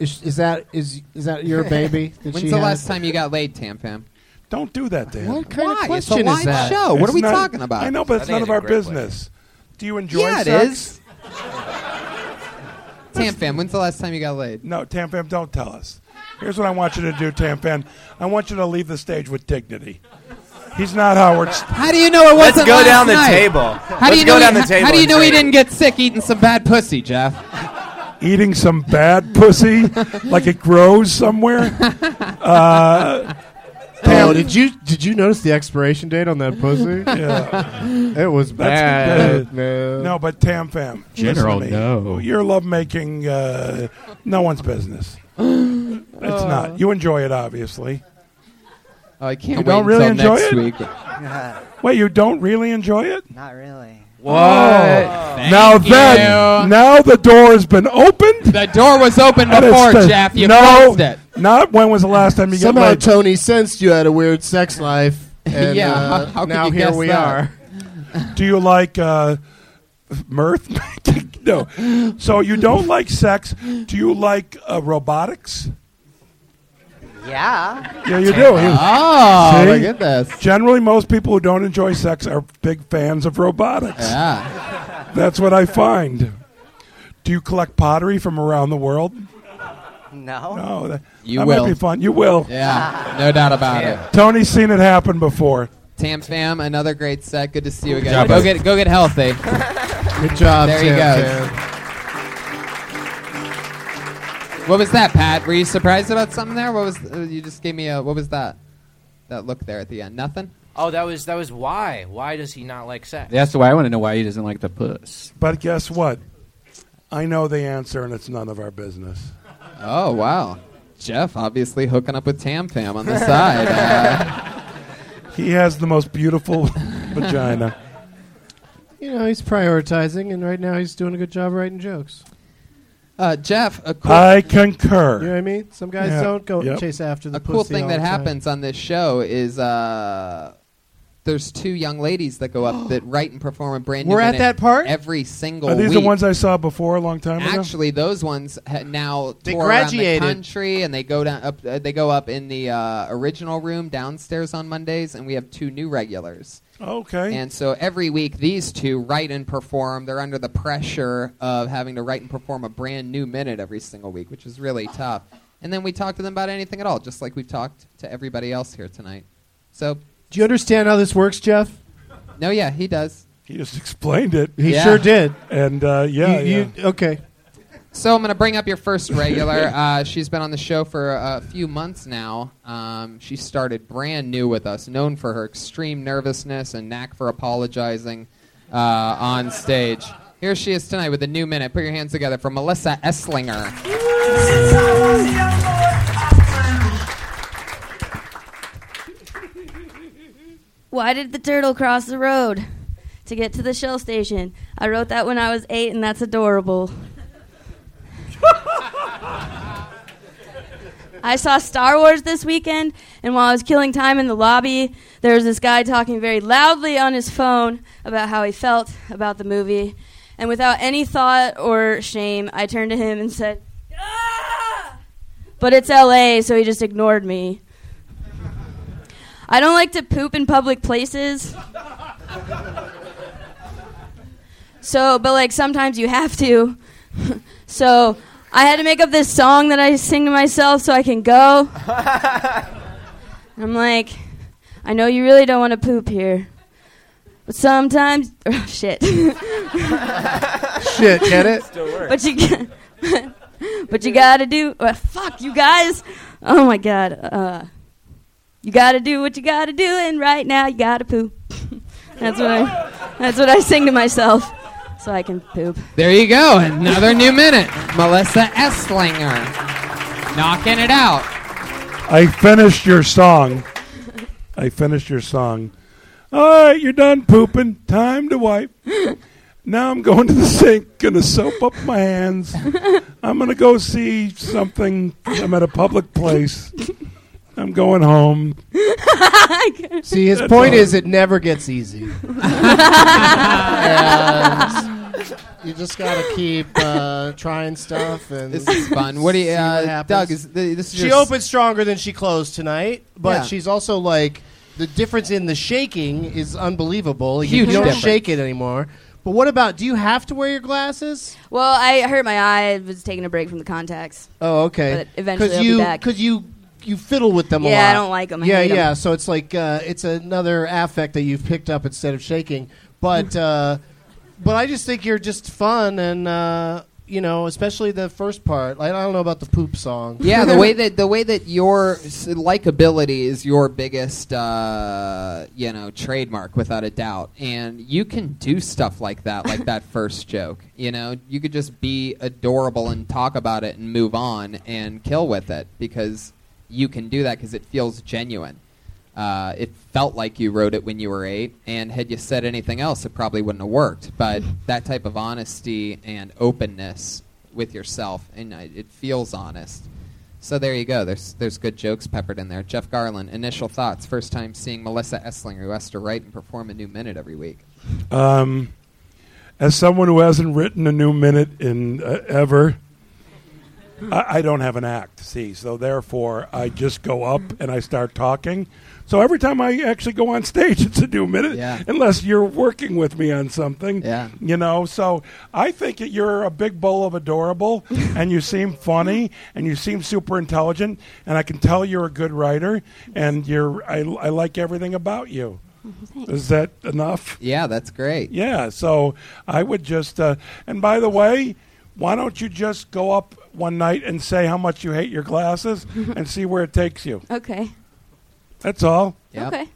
H: Is, is that is is that your baby? that
C: When's
H: she
C: the
H: had?
C: last time you got laid, Tam fam?
G: Don't do that, Dan.
H: What kind of
C: Why? It's a
H: question is
C: live
H: that?
C: show. What
G: It's
C: are we
G: not-
C: talking about?
G: I know, but it's none of our business. Do you enjoy
C: Yeah, it
G: sex?
C: is. Tam fam, when's the last time you got laid?
G: No, Tam Fam, don't tell us. Here's what I want you to do, Tam Fam. I want you to leave the stage with dignity. He's not Howard. St-
C: How do you know it
G: Let's
C: wasn't
G: go
C: last
G: down the
C: night?
G: table.
C: How do
G: Let's
C: you
G: go
C: know
G: down
C: he,
G: the table
C: How do you
G: and
C: know he
G: say it.
C: didn't get sick eating some bad pussy, Jeff?
G: eating some bad pussy like it grows somewhere. Uh,
H: Oh, did you did you notice the expiration date on that pussy?
G: Yeah.
H: it
G: That's-
H: was bad.
G: that-
H: man.
G: No, but Tam Fam. listen
F: General,
G: to me.
F: no.
G: Your lovemaking, uh, no one's business. it's
H: Uh.
G: not. You enjoy it, obviously.
C: Oh, I can't
G: You don't
C: wait
G: really
C: until
G: enjoy
C: next
G: it?
C: week.
G: Wait, you don't really enjoy it?
I: Not really.
G: What? now then, now the door has been opened.
C: The door was open
G: And it's
C: before,
G: the-
C: Jeff. You
G: no,
C: closed it.
G: Not when was the last time you got
H: Somehow
G: laid?
H: Tony sensed you had a weird sex life. And,
C: Yeah,
H: uh,
C: how- how could
H: now
C: you
H: here
C: guess
H: we
C: that?
H: are.
G: Do you like uh, mirth? no. So you don't like sex. Do you like uh, robotics?
I: Yeah.
G: Yeah, you do. You-
C: Oh,
G: See?
C: look at this.
G: Generally, most people who don't enjoy sex are big fans of robotics.
C: Yeah.
G: That's what I find. Do you collect pottery from around the world?
I: No.
G: No. That,
C: You
G: that
C: will.
G: might be fun. You will.
C: Yeah, no doubt about it.
G: Tony's seen it happen before.
C: Tam Fam, another great set. Good to see you
G: Good
C: again.
G: job,
C: go
G: buddy.
C: get go get healthy.
H: Good job,
C: There
H: Tam
C: he goes. What was that, Pat? Were you surprised about something there? What was uh, you just gave me a what was that? That look there at the end. Nothing.
L: Oh, that was that was why. Why does he not like sex?
F: That's why I want to know why he doesn't like the puss.
G: But guess what? I know the answer, and it's none of our business.
C: Oh wow, Jeff obviously hooking up with Tam Fam on the side. Uh,
G: He has the most beautiful vagina.
H: You know, he's prioritizing, and right now he's doing a good job writing jokes.
C: uh, Jeff, a cool,
G: I concur.
H: You know what I mean? Some guys
G: Yeah.
H: don't go
G: Yep.
H: chase after the
C: a cool
H: pussy
C: thing
H: all
C: that
H: the time.
C: happens on this show is uh, there's two young ladies that go up that write and perform a brand new.
H: We're at
C: minute
H: that part?
C: every single.
G: Are these
C: week.
G: the ones I saw before a long time ago?
C: Actually, those ones ha- now
H: They
C: tour
H: graduated.
C: around the country, and they go down. Up, uh, they go up in the uh, original room downstairs on Mondays, and we have two new regulars.
G: Okay.
C: And so every week, these two write and perform. They're under the pressure of having to write and perform a brand new minute every single week, which is really tough. And then we talk to them about anything at all, just like we've talked to everybody else here tonight. So,
H: Do you understand how this works, Jeff?
C: no, yeah, he does.
G: He just explained it.
H: He
C: Yeah.
H: sure did.
G: And uh, yeah,
H: You- you- okay.
C: So I'm going to bring up your first regular. uh, she's been on the show for a few months now. Um, she started brand new with us, known for her extreme nervousness and knack for apologizing uh, on stage. Here she is tonight with a new minute. Put your hands together for Melissa Esslinger.
N: Why did the turtle cross the road? to get to the Shell station. I wrote that when I was eight, and that's adorable. I saw Star Wars this weekend, and while I was killing time in the lobby, there was this guy talking very loudly on his phone about how he felt about the movie. And without any thought or shame, I turned to him and said, "Ah!" But it's LA, so he just ignored me. I don't like to poop in public places. So, but like sometimes you have to. so, I had to make up this song that I sing to myself so I can go. I'm like, I know you really don't want to poop here. But sometimes, oh, shit. shit,
H: get it?
N: Still works. But you, g- but you gotta do. uh, fuck you guys! Oh my god. Uh, you gotta do what you gotta do, and right now you gotta poop. that's what I. That's what I sing to myself, so I can poop.
C: There you go. Another new minute. Melissa Esslinger. Knocking it out.
G: I finished your song. I finished your song. All right, you're done pooping. Time to wipe. Now I'm going to the sink. Gonna soap up my hands. I'm gonna go see something. I'm at a public place. I'm going home.
H: See, his
G: That's
H: point
G: all.
H: is it never gets easy. And you just gotta keep uh, trying stuff, and
C: This is fun. What do you-
H: see
C: uh,
H: what happens.
C: Doug, is th- this is
H: she
C: your s-
H: opened stronger than she closed tonight, but
C: Yeah.
H: she's also like the difference in the shaking is unbelievable. Like,
C: Huge
H: you don't
C: difference.
H: shake it anymore. But what about? Do you have to wear your glasses?
N: Well, I hurt my eye. I was taking a break from the contacts.
H: Oh, okay.
N: But eventually they'll be
H: you
N: back.
H: because you you fiddle with them a lot.
N: Yeah, I don't like 'em. I
H: yeah,
N: hate 'em.
H: yeah. So it's like uh, it's another affect that you've picked up instead of shaking. But uh, but I just think you're just fun and. Uh, you know, especially the first part. Like, I don't know about the poop song.
C: Yeah, the way that the way that your s- likability is your biggest, uh, you know, trademark without a doubt, and you can do stuff like that, like that first joke. You know, you could just be adorable and talk about it and move on and kill with it because you can do that because it feels genuine. Uh, it felt like you wrote it when you were eight, and had you said anything else, it probably wouldn't have worked. But that type of honesty and openness with yourself, and I, it feels honest. So there you go. There's there's good jokes peppered in there. Jeff Garland, initial thoughts. First time seeing Melissa Esslinger, who has to write and perform a new minute every week.
G: Um, as someone who hasn't written a new minute in uh, ever, I, I don't have an act. See, so therefore I just go up and I start talking. So every time I actually go on stage, it's a new minute,
C: Yeah.
G: unless you're working with me on something.
C: Yeah.
G: You know, so I think that you're a big bowl of adorable, and you seem funny, and you seem super intelligent, and I can tell you're a good writer, and you're I, I like everything about you. Is that enough?
C: Yeah, that's great.
G: Yeah, so I would just. Uh, and by the way, why don't you just go up one night and say how much you hate your glasses and see where it takes you?
N: Okay.
G: That's all.
N: Okay.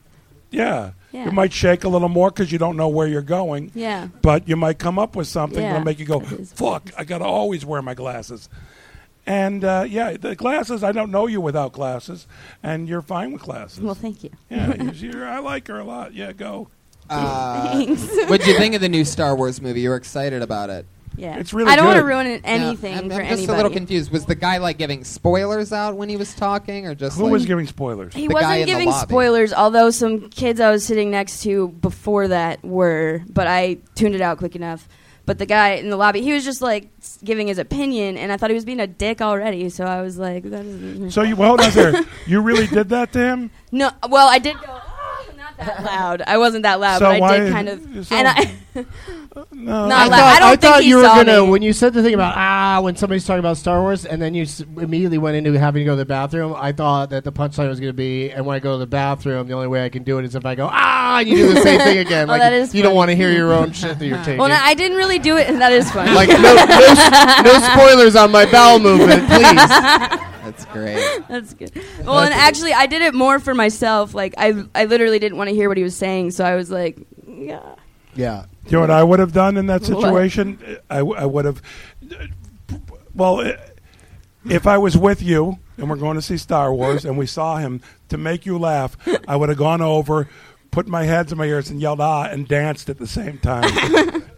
G: Yeah.
N: Yeah.
G: You might shake a little more because you don't know where you're going.
N: Yeah.
G: But you might come up with something
N: Yeah.
G: that'll make you go, fuck, I got to always wear my glasses. And uh, yeah, the glasses, I don't know you without glasses, and you're fine with glasses.
N: Well, thank you.
G: Yeah, you- you're, I like her a lot. Yeah, go.
C: Uh,
N: Thanks.
C: what'd you think of the new Star Wars movie? You were excited about it.
N: Yeah. It's really I don't wanna good. ruin it-
C: Yeah,
N: anything
C: I'm, I'm
N: for
C: just a little
N: anybody.
C: confused. Was the guy like giving spoilers out when he was talking, or just
G: Who
C: like-
G: was giving spoilers?
N: He
C: The guy in
N: wasn't
C: the
N: giving
C: lobby.
N: spoilers, although some kids I was sitting next to before that were, but I tuned it out quick enough. But the guy in the lobby, he was just like s- giving his opinion, and I thought he was being a dick already, so I was like, that is.
G: So you well, hold on there. you really did that to him?
N: No, well, I did go, "Ah," not that loud. I wasn't that loud,
G: So
N: but I
G: why-
N: did kind of.
G: so-
N: and I,
G: no,
N: not loud. I don't think
H: thought
N: he
H: you were
N: saw
H: gonna
N: me.
H: when you said the thing about ah when somebody's talking about Star Wars and then you s- immediately went into having to go to the bathroom. I thought that the punchline was gonna be and when I go to the bathroom, the only way I can do it is if I go ah and you do the same thing again.
N: Oh,
H: Like
N: that is
H: you don't
N: funny.
H: want to hear your own shit that you're taking.
N: Well, no, I didn't really do it, and that is funny.
H: like no, no, s- no spoilers on my bowel movement, please.
C: That's great.
N: That's good. Well, and actually, I did it more for myself. Like, I, I literally didn't want to hear what he was saying, so I was like, yeah.
H: Yeah.
G: Do you know what I would have done in that
N: What?
G: situation? I, I would have. Well, i- if I was with you and we're going to see Star Wars and we saw him to make you laugh, I would have gone over, put my hands in my ears and yelled ah and danced at the same time,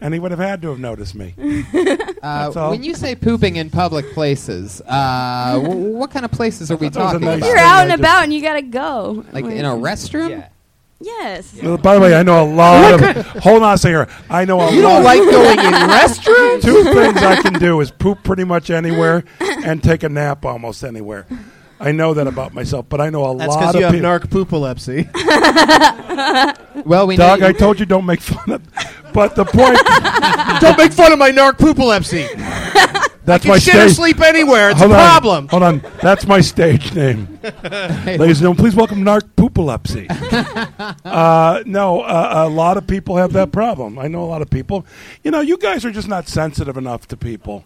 G: and he would have had to have noticed me.
C: Uh,
G: That's all.
C: when you say pooping in public places, uh, w- what kind of places are we
G: that was a
C: talking
G: nice
C: about?
N: You're out and about and you gotta go.
C: Like in a restroom?
N: Yes.
G: Well, By the way, I know a lot of. Hold on a second. here. I know a
N: You
G: lot.
N: don't like going in restaurants?
G: Two things I can do is poop pretty much anywhere and take a nap almost anywhere. I know that about myself, but I know a
H: That's
G: lot
H: because
G: of
H: you have
G: people.
H: narc poopalepsy.
C: well, we
G: Doug,
H: know you-
G: I told you don't make fun of. But the point.
H: Don't make fun of my narc poopalepsy.
G: That's
H: I
G: my
H: can shit or
G: stage-
H: sleep anywhere. It's
G: Hold
H: a
G: on.
H: problem.
G: Hold on. That's my stage name. Ladies and gentlemen, please welcome Narc Poopalepsy. uh, no, uh, a lot of people have that problem. I know a lot of people. You know, you guys are just not sensitive enough to people.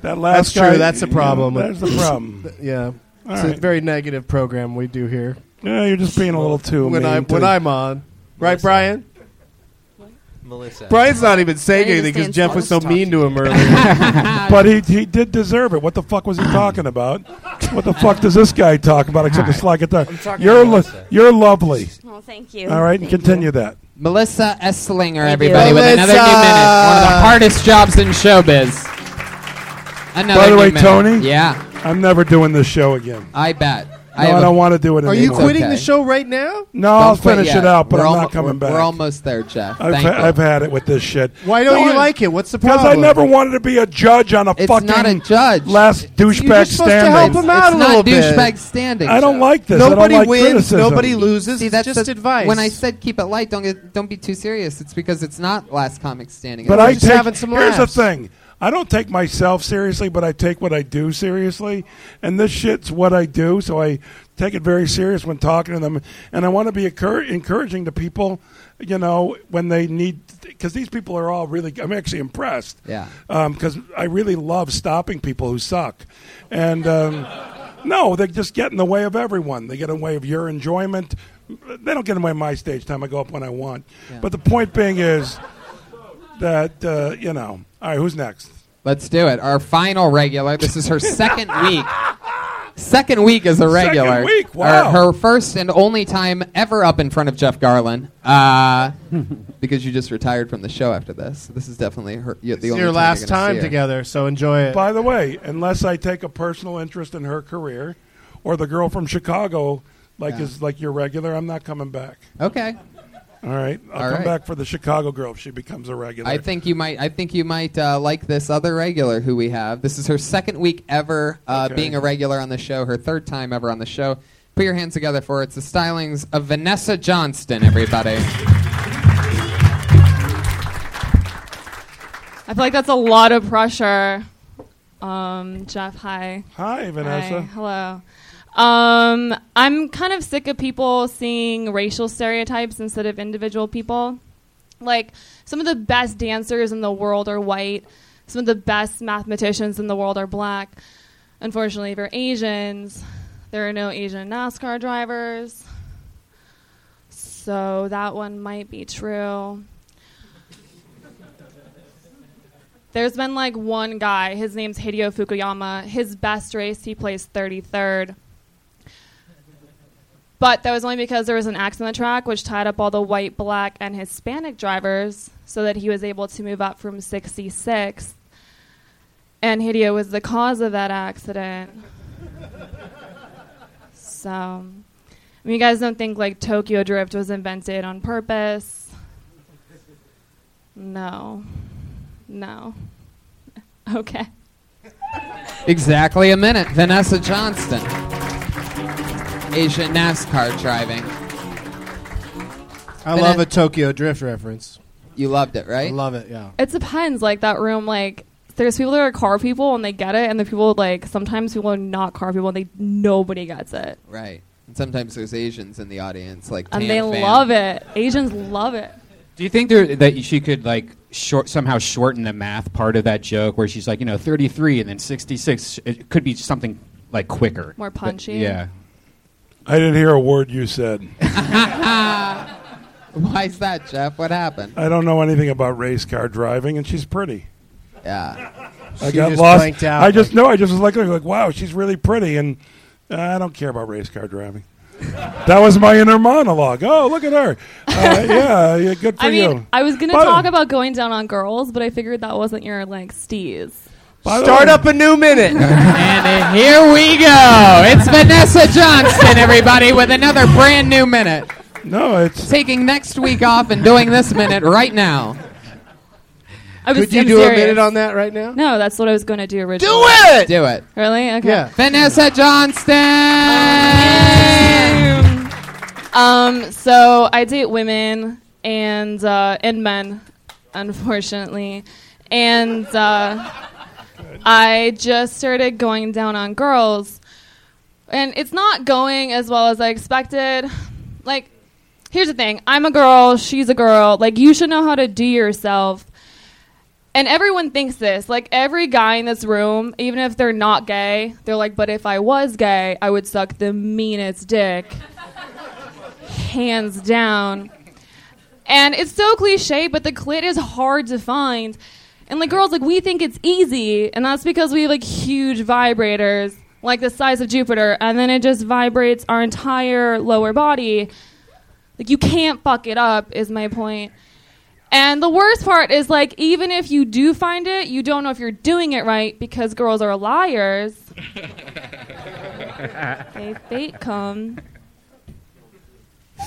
G: That last
H: That's true.
G: guy-
H: That's the
G: you know,
H: problem.
G: that's the problem.
H: yeah.
G: All
H: it's
G: right.
H: a very negative program we do here.
G: Yeah, you're just being a little too
H: when
G: mean
H: I'm
G: to-
H: when I'm on. Right,
L: Melissa.
H: Brian?
L: Melissa.
H: Brian's not even saying
L: I
H: anything because
L: understand
H: Jeff was so
L: Paul's
H: mean to him earlier.
G: but he, he did deserve it. What the fuck was he talking about? What the fuck does this guy talk about except a slack at the?
C: talking
G: You're
C: to
G: lo-
C: Melissa.
G: you're lovely.
N: Well, thank you.
G: All right, and continue that.
C: Melissa Esslinger,
N: you.
C: everybody, with another new minute.
N: Melissa!
C: One of the hardest jobs in showbiz. Another
G: By the
C: new
G: way,
C: minute.
G: Tony.
C: Yeah.
G: I'm never doing this show again.
C: I bet.
G: No, I,
C: have a-
G: don't want to do it anymore.
C: Are you quitting the Okay.
H: show right now?
G: No, I'll
C: Don't quit
G: finish
C: yet.
G: it out, but
C: We're
G: I'm
C: almo-
G: not coming
C: we're-
G: back.
C: We're almost there, Jeff.
G: I've,
C: Thank
G: ha-
C: you.
G: I've had it with this shit.
H: Why don't you like it? What's the problem?
G: Because I never wanted to be a judge on a fucking
H: not a
C: judge.
G: last douchebag
H: supposed to
G: standing.
H: help him out a little bit.
G: I don't like this. I don't
H: Nobody
G: like
H: wins,
G: criticism.
H: nobody loses.
C: See,
H: It's
C: that's
H: just
C: the-
H: advice.
C: When I said keep it light, don't get, don't be too serious. It's because it's not last comic standing.
G: But
C: It's
G: I
C: just
G: take. here's the thing. I don't take myself seriously, but I take what I do seriously, and this shit's what I do. So I take it very serious when talking to them, and I want to be encour- encouraging to people, you know, when they need, because these people are all really. I'm actually impressed.
C: Yeah.
G: Because I really love stopping people who suck, and um, no, they just get in the way of everyone. They get in the way of your enjoyment. They don't get in the way of my stage time. I go up when I want. But the point being is that uh, you know. All right, who's next?
C: Let's do it. Our final regular. This is her second week. Second week as a
G: Second
C: regular.
G: week,
C: Her-
G: wow.
C: Her, first and only time ever up in front of Jeff Garland. Uh, because you just retired from the show after this. This is definitely her. you the
H: It's
C: only
H: your
C: time
H: last
C: you're gonna
H: time
C: see her.
H: together, so enjoy it.
G: By the way, unless I take a personal interest in her career, or the girl from Chicago, like
C: Yeah.
G: is like your regular, I'm not coming back.
C: Okay.
G: All right, I'll
C: All
G: come
C: right.
G: back for the Chicago girl if she becomes a regular.
C: I think you might. I think you might uh, like this other regular who we have. This is her second week ever uh,
G: Okay.
C: being a regular on the show. Her third time ever on the show. Put your hands together for her. it's the stylings of Vanessa Johnston. Everybody.
O: I feel like that's a lot of pressure. Um, Jeff, hi.
G: Hi, Vanessa.
O: Hi, hello. Um, I'm kind of sick of people seeing racial stereotypes instead of individual people. Like, some of the best dancers in the world are white, some of the best mathematicians in the world are black. Unfortunately, for Asians, there are no Asian NASCAR drivers. So that one might be true. There's been like one guy, his name's Hideo Fukuyama. His best race, he placed 33rd. But that was only because there was an accident track which tied up all the white, black, and Hispanic drivers so that he was able to move up from 66th. And Hideo was the cause of that accident. so, I mean, you guys don't think like Tokyo Drift was invented on purpose? No. No. Okay.
C: Exactly a minute. Vanessa Johnston. Asian NASCAR driving.
H: I love a Tokyo Drift reference.
C: You loved it, right?
H: I love it, yeah.
O: It depends. Like that room, like there's people that are car people and they get it, and the people like sometimes people are not car people and they nobody gets it.
C: Right. And sometimes there's Asians in the audience, like
O: And
C: Tan
O: they
C: fan.
O: love it. Asians love it.
F: Do you think there, that she could like short, somehow shorten the math part of that joke where she's like, you know, 33 and then 66? It could be something like quicker,
O: More
F: But-
O: punchy.
F: yeah.
G: I didn't hear a word you said.
C: Why's that, Jeff? What happened?
G: I don't know anything about race car driving, and she's pretty.
C: Yeah.
G: I
C: She
G: got
C: just
G: lost.
C: blanked out,
G: I just know. I just was like, like, wow, she's really pretty, and uh, I don't care about race car driving. That was my inner monologue. Oh, look at her. Uh, yeah, yeah, good for
O: I mean,
G: you.
O: I was gonna
G: But-
O: talk about going down on girls, but I figured that wasn't your like steez.
G: By the
D: Start
G: way-
D: up a new minute.
C: and here we go. It's Vanessa Johnston, everybody, with another brand new minute.
G: No, it's
C: taking next week off and doing this minute right now.
O: I was,
C: Could you
O: I'm
C: do a
O: serious.
C: minute on
H: that right now?
O: No, that's what I was going to do originally.
C: Do it.
O: Really? Okay.
C: Vanessa Johnston.
O: Um, so I date women and uh, and men, unfortunately, and uh, I just started going down on girls, and it's not going as well as I expected. Like, here's the thing: I'm a girl, she's a girl. Like, you should know how to do yourself. And everyone thinks this. Like every guy in this room, even if they're not gay, they're like, "But if I was gay, I would suck the meanest dick." hands down. And it's so cliche, but the clit is hard to find. And like girls, like we think it's easy, and that's because we have like huge vibrators, like the size of Jupiter, and then it just vibrates our entire lower body. Like you can't fuck it up, is my point. And the worst part is like even if you do find it, you don't know if you're doing it right because girls are liars. they fake come.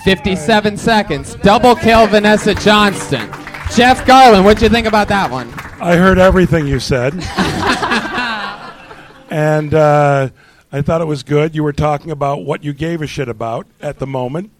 C: 57 seconds. Double kill Vanessa Johnston. Jeff Garland, what'd you think about that one?
G: I heard everything you said. and uh, I thought it was good. You were talking about what you gave a shit about at the moment.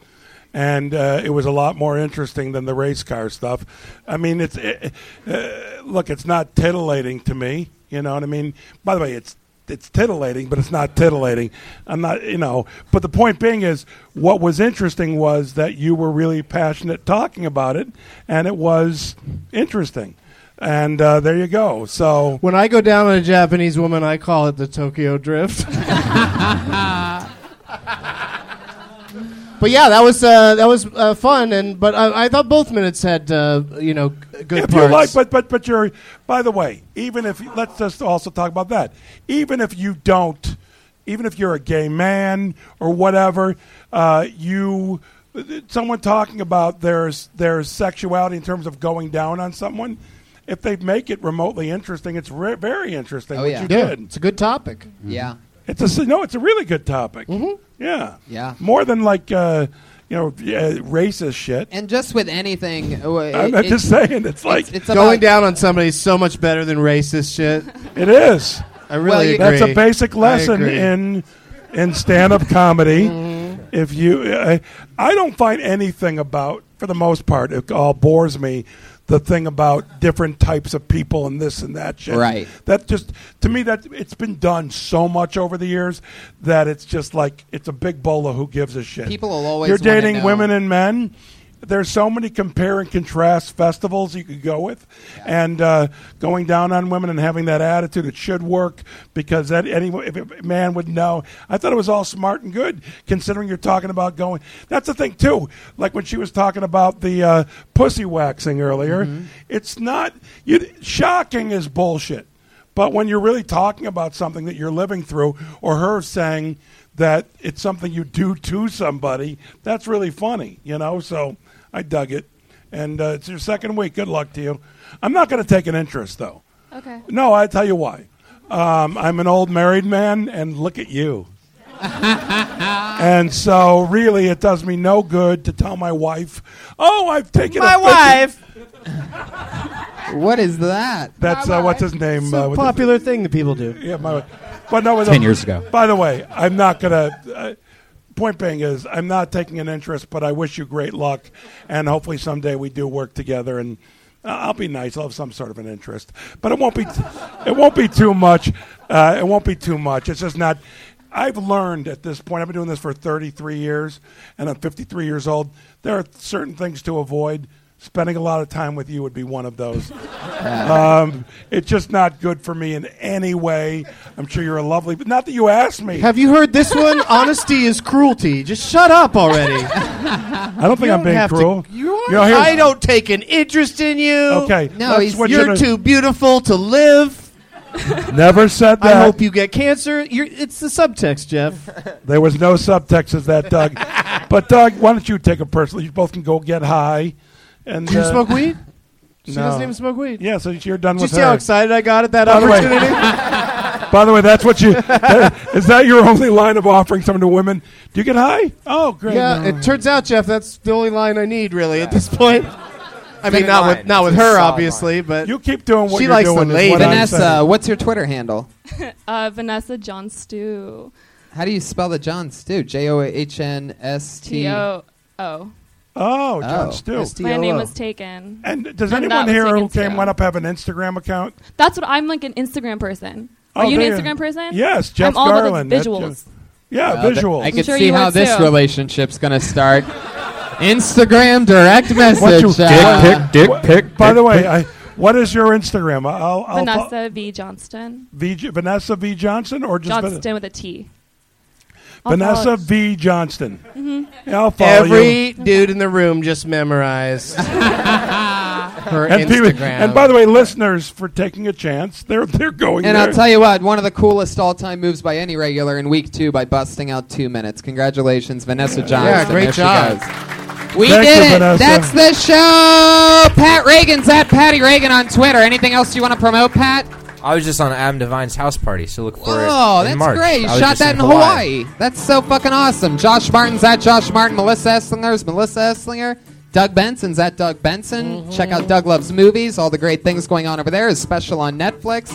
G: And uh, it was a lot more interesting than the race car stuff. I mean, it's it, uh, look, it's not titillating to me. You know what I mean? By the way, it's it's titillating, but it's not titillating. I'm not, you know. But the point being is, what was interesting was that you were really passionate talking about it, and it was interesting. And uh, there you go. So
H: when I go down on a Japanese woman, I call it the Tokyo Drift. But yeah, that was uh, that was uh, fun, and but I, I thought both minutes had uh, you know g- good
G: if
H: parts.
G: you like, but but but you're. By the way, even if let's just also talk about that. Even if you don't, even if you're a gay man or whatever, uh, you someone talking about their their sexuality in terms of going down on someone. If they make it remotely interesting, it's re- very interesting.
C: Oh,
G: which
C: yeah.
G: you
C: Yeah,
G: did.
H: it's a good topic.
C: Yeah.
G: It's a s- no. It's a really good topic. Mm-hmm. Yeah.
C: Yeah.
G: More than like uh, you know yeah, racist shit.
C: And just with anything. uh,
G: I'm
C: it-
G: not
C: it-
G: just saying. It's like
C: it's
H: going
C: about-
H: down on somebody is so much better than racist shit.
G: It is.
H: I really agree.
G: That's a basic
H: I
G: lesson
H: agree.
G: in in stand-up comedy. If you, I, I don't find anything about, for the most part, it all bores me. The thing about different types of people and this and that shit.
C: Right.
G: That just to me that it's been done so much over the years that it's just like it's a big bowl of who gives a shit.
C: People will always
G: You're
C: wanna
G: dating
C: know.
G: women and men. There's so many compare and contrast festivals you could go with, and uh, going down on women and having that attitude it should work because that any if a man would know. I thought it was all smart and good considering you're talking about going. That's the thing too. Like when she was talking about the uh, pussy waxing earlier,
C: Mm-hmm.
G: it's not you, shocking is bullshit. But when you're really talking about something that you're living through, or her saying that it's something you do to somebody, that's really funny, you know? So I dug it. And uh, it's your second week. Good luck to you. I'm not going to take an interest, though.
O: Okay.
G: No, I tell you why. Um, I'm an old married man, and look at you. and so, really, it does me no good to tell my wife, "Oh, I've taken
H: My
G: a
H: wife."
C: what is that?
G: That's uh, what's his name?
H: It's a
G: what's his-
H: popular thing that people do.
G: Yeah, my, but no, it was
F: Ten years ago.
G: By the way, I'm not gonna. Uh, point being is, I'm not taking an interest, but I wish you great luck, and hopefully someday we do work together, and uh, I'll be nice. I'll have some sort of an interest, but it won't be. it won't be too much. Uh, it won't be too much. It's just not. I've learned at this point. I've been doing this for 33 years, and I'm 53 years old. There are certain things to avoid. Spending a lot of time with you would be one of those. um, it's just not good for me in any way. I'm sure you're a lovely, but not that you asked me.
H: Have you heard this one? Honesty is cruelty. Just shut up already.
G: I don't think
H: You
G: I'm being
H: have to-
G: cruel.
H: you are.
G: You know, here's-
H: I don't take an interest in you.
G: Okay,
H: No,
G: let's
H: he's,
G: switch
H: you're
G: it-
H: too beautiful to live.
G: Never said that.
H: I hope you get cancer. You're, it's the subtext, Jeff.
G: There was no subtext of that, Doug. but Doug, why don't you take a personal? You both can go get high. And
H: Do you
G: uh,
H: smoke weed? She
G: no.
H: doesn't even smoke weed.
G: Yeah, so you're done
H: Did
G: with
H: you see how
G: her.
H: excited I got at that
G: By the way-
H: opportunity?
G: By the way, that's what you that- Is that your only line of offering something to women? Do you get high? Oh, great.
H: Yeah,
G: No.
H: it turns out, Jeff, that's the only line I need really at this point. I
C: Good
H: mean, not
C: line.
H: with not with
C: It's a
H: her,
C: solid
H: obviously, but
G: you keep doing
H: she likes the lady.
C: Vanessa, what's your Twitter handle?
O: uh, Vanessa John Stew.
C: How do you spell the John Stu? J O H N S T. Uh,
O: T O O.
G: Oh,
C: John
G: Oh. Stu.
O: My name was
G: STOO.
O: taken.
G: And does
O: And that
G: anyone
O: was
G: here who
O: taken
G: came
O: too.
G: went up have an Instagram account?
O: That's what I'm like an Instagram person. Are
G: Oh,
O: you an
G: there you-
O: Instagram person?
G: Yes, Jeff
O: I'm all about
G: Garland.
O: the
G: That's
O: visuals.
G: Yeah,
C: Well, th-
G: visuals.
C: I
O: I'm
C: can
O: sure
C: see
O: you
C: how
O: were
C: this
O: too.
C: relationship's going to start. Instagram direct message.
G: you-
C: uh,
G: Dick pic. By the way, I, what is your Instagram? I'll, I'll fo-
O: Vanessa V Johnston.
G: V, J- Vanessa V Johnson or just Van-
O: Johnston with a T. I'll
G: Vanessa
O: follow
G: V Johnston.
O: it. Mhm.
G: Yeah, I'll follow you.
H: Every dude in the room just memorized her
G: and, people-
H: Instagram.
G: and by the way, listeners for taking a chance, they're they're going.
C: And
G: there.
C: I'll tell you what, one of the coolest all-time moves by any regular in week two by busting out two minutes. Congratulations, Vanessa Johnson.
H: Yeah, great
C: There she
H: job.
C: goes. We
H: Thank
C: did
H: you,
C: it.
H: Vanessa.
C: That's the show. Pat Reagan's at Patty Reagan on Twitter. Anything else you want to promote, Pat?
D: I was just on Adam Devine's house party, so look for it.
C: Oh,
D: in
C: that's
D: March.
C: great. You
D: I was
C: shot
D: just
C: that in Hawaii. That's so fucking awesome. Josh Martin's at Josh Martin. Melissa Esslinger's Melissa Esslinger. Doug Benson's at Doug Benson.
H: Mm-hmm.
C: Check out Doug Loves Movies. All the great things going on over there. His special on Netflix.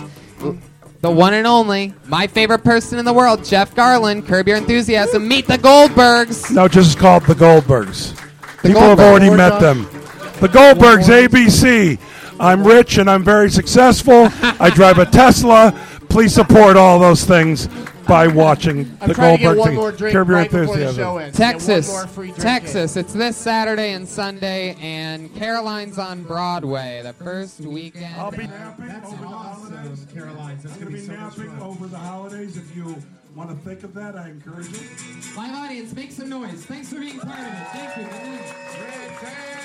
C: The one and only, my favorite person in the world, Jeff Garland. Curb your enthusiasm. Meet the Goldbergs.
G: No, just call it the Goldbergs. People have
C: Goldbergs.
G: already
C: More
G: met
C: Josh?
G: them. The Goldbergs, ABC. I'm rich and I'm very successful. I drive a Tesla. Please support all those things by watching
H: I'm
G: the
H: trying to get
G: Goldbergs.
H: one
G: and
H: more drink
G: Curb your
H: right before the
G: enthusiasm.
H: show ends.
C: Texas,
H: one more free drink
C: Texas. It's this Saturday and Sunday, and Caroline's on Broadway the first weekend.
G: I'll be napping over the holidays. Caroline's. That's going to be napping over the holidays. If you want to think of that, I encourage you.
C: Live audience, make some noise. Thanks for being part of it. Thank you.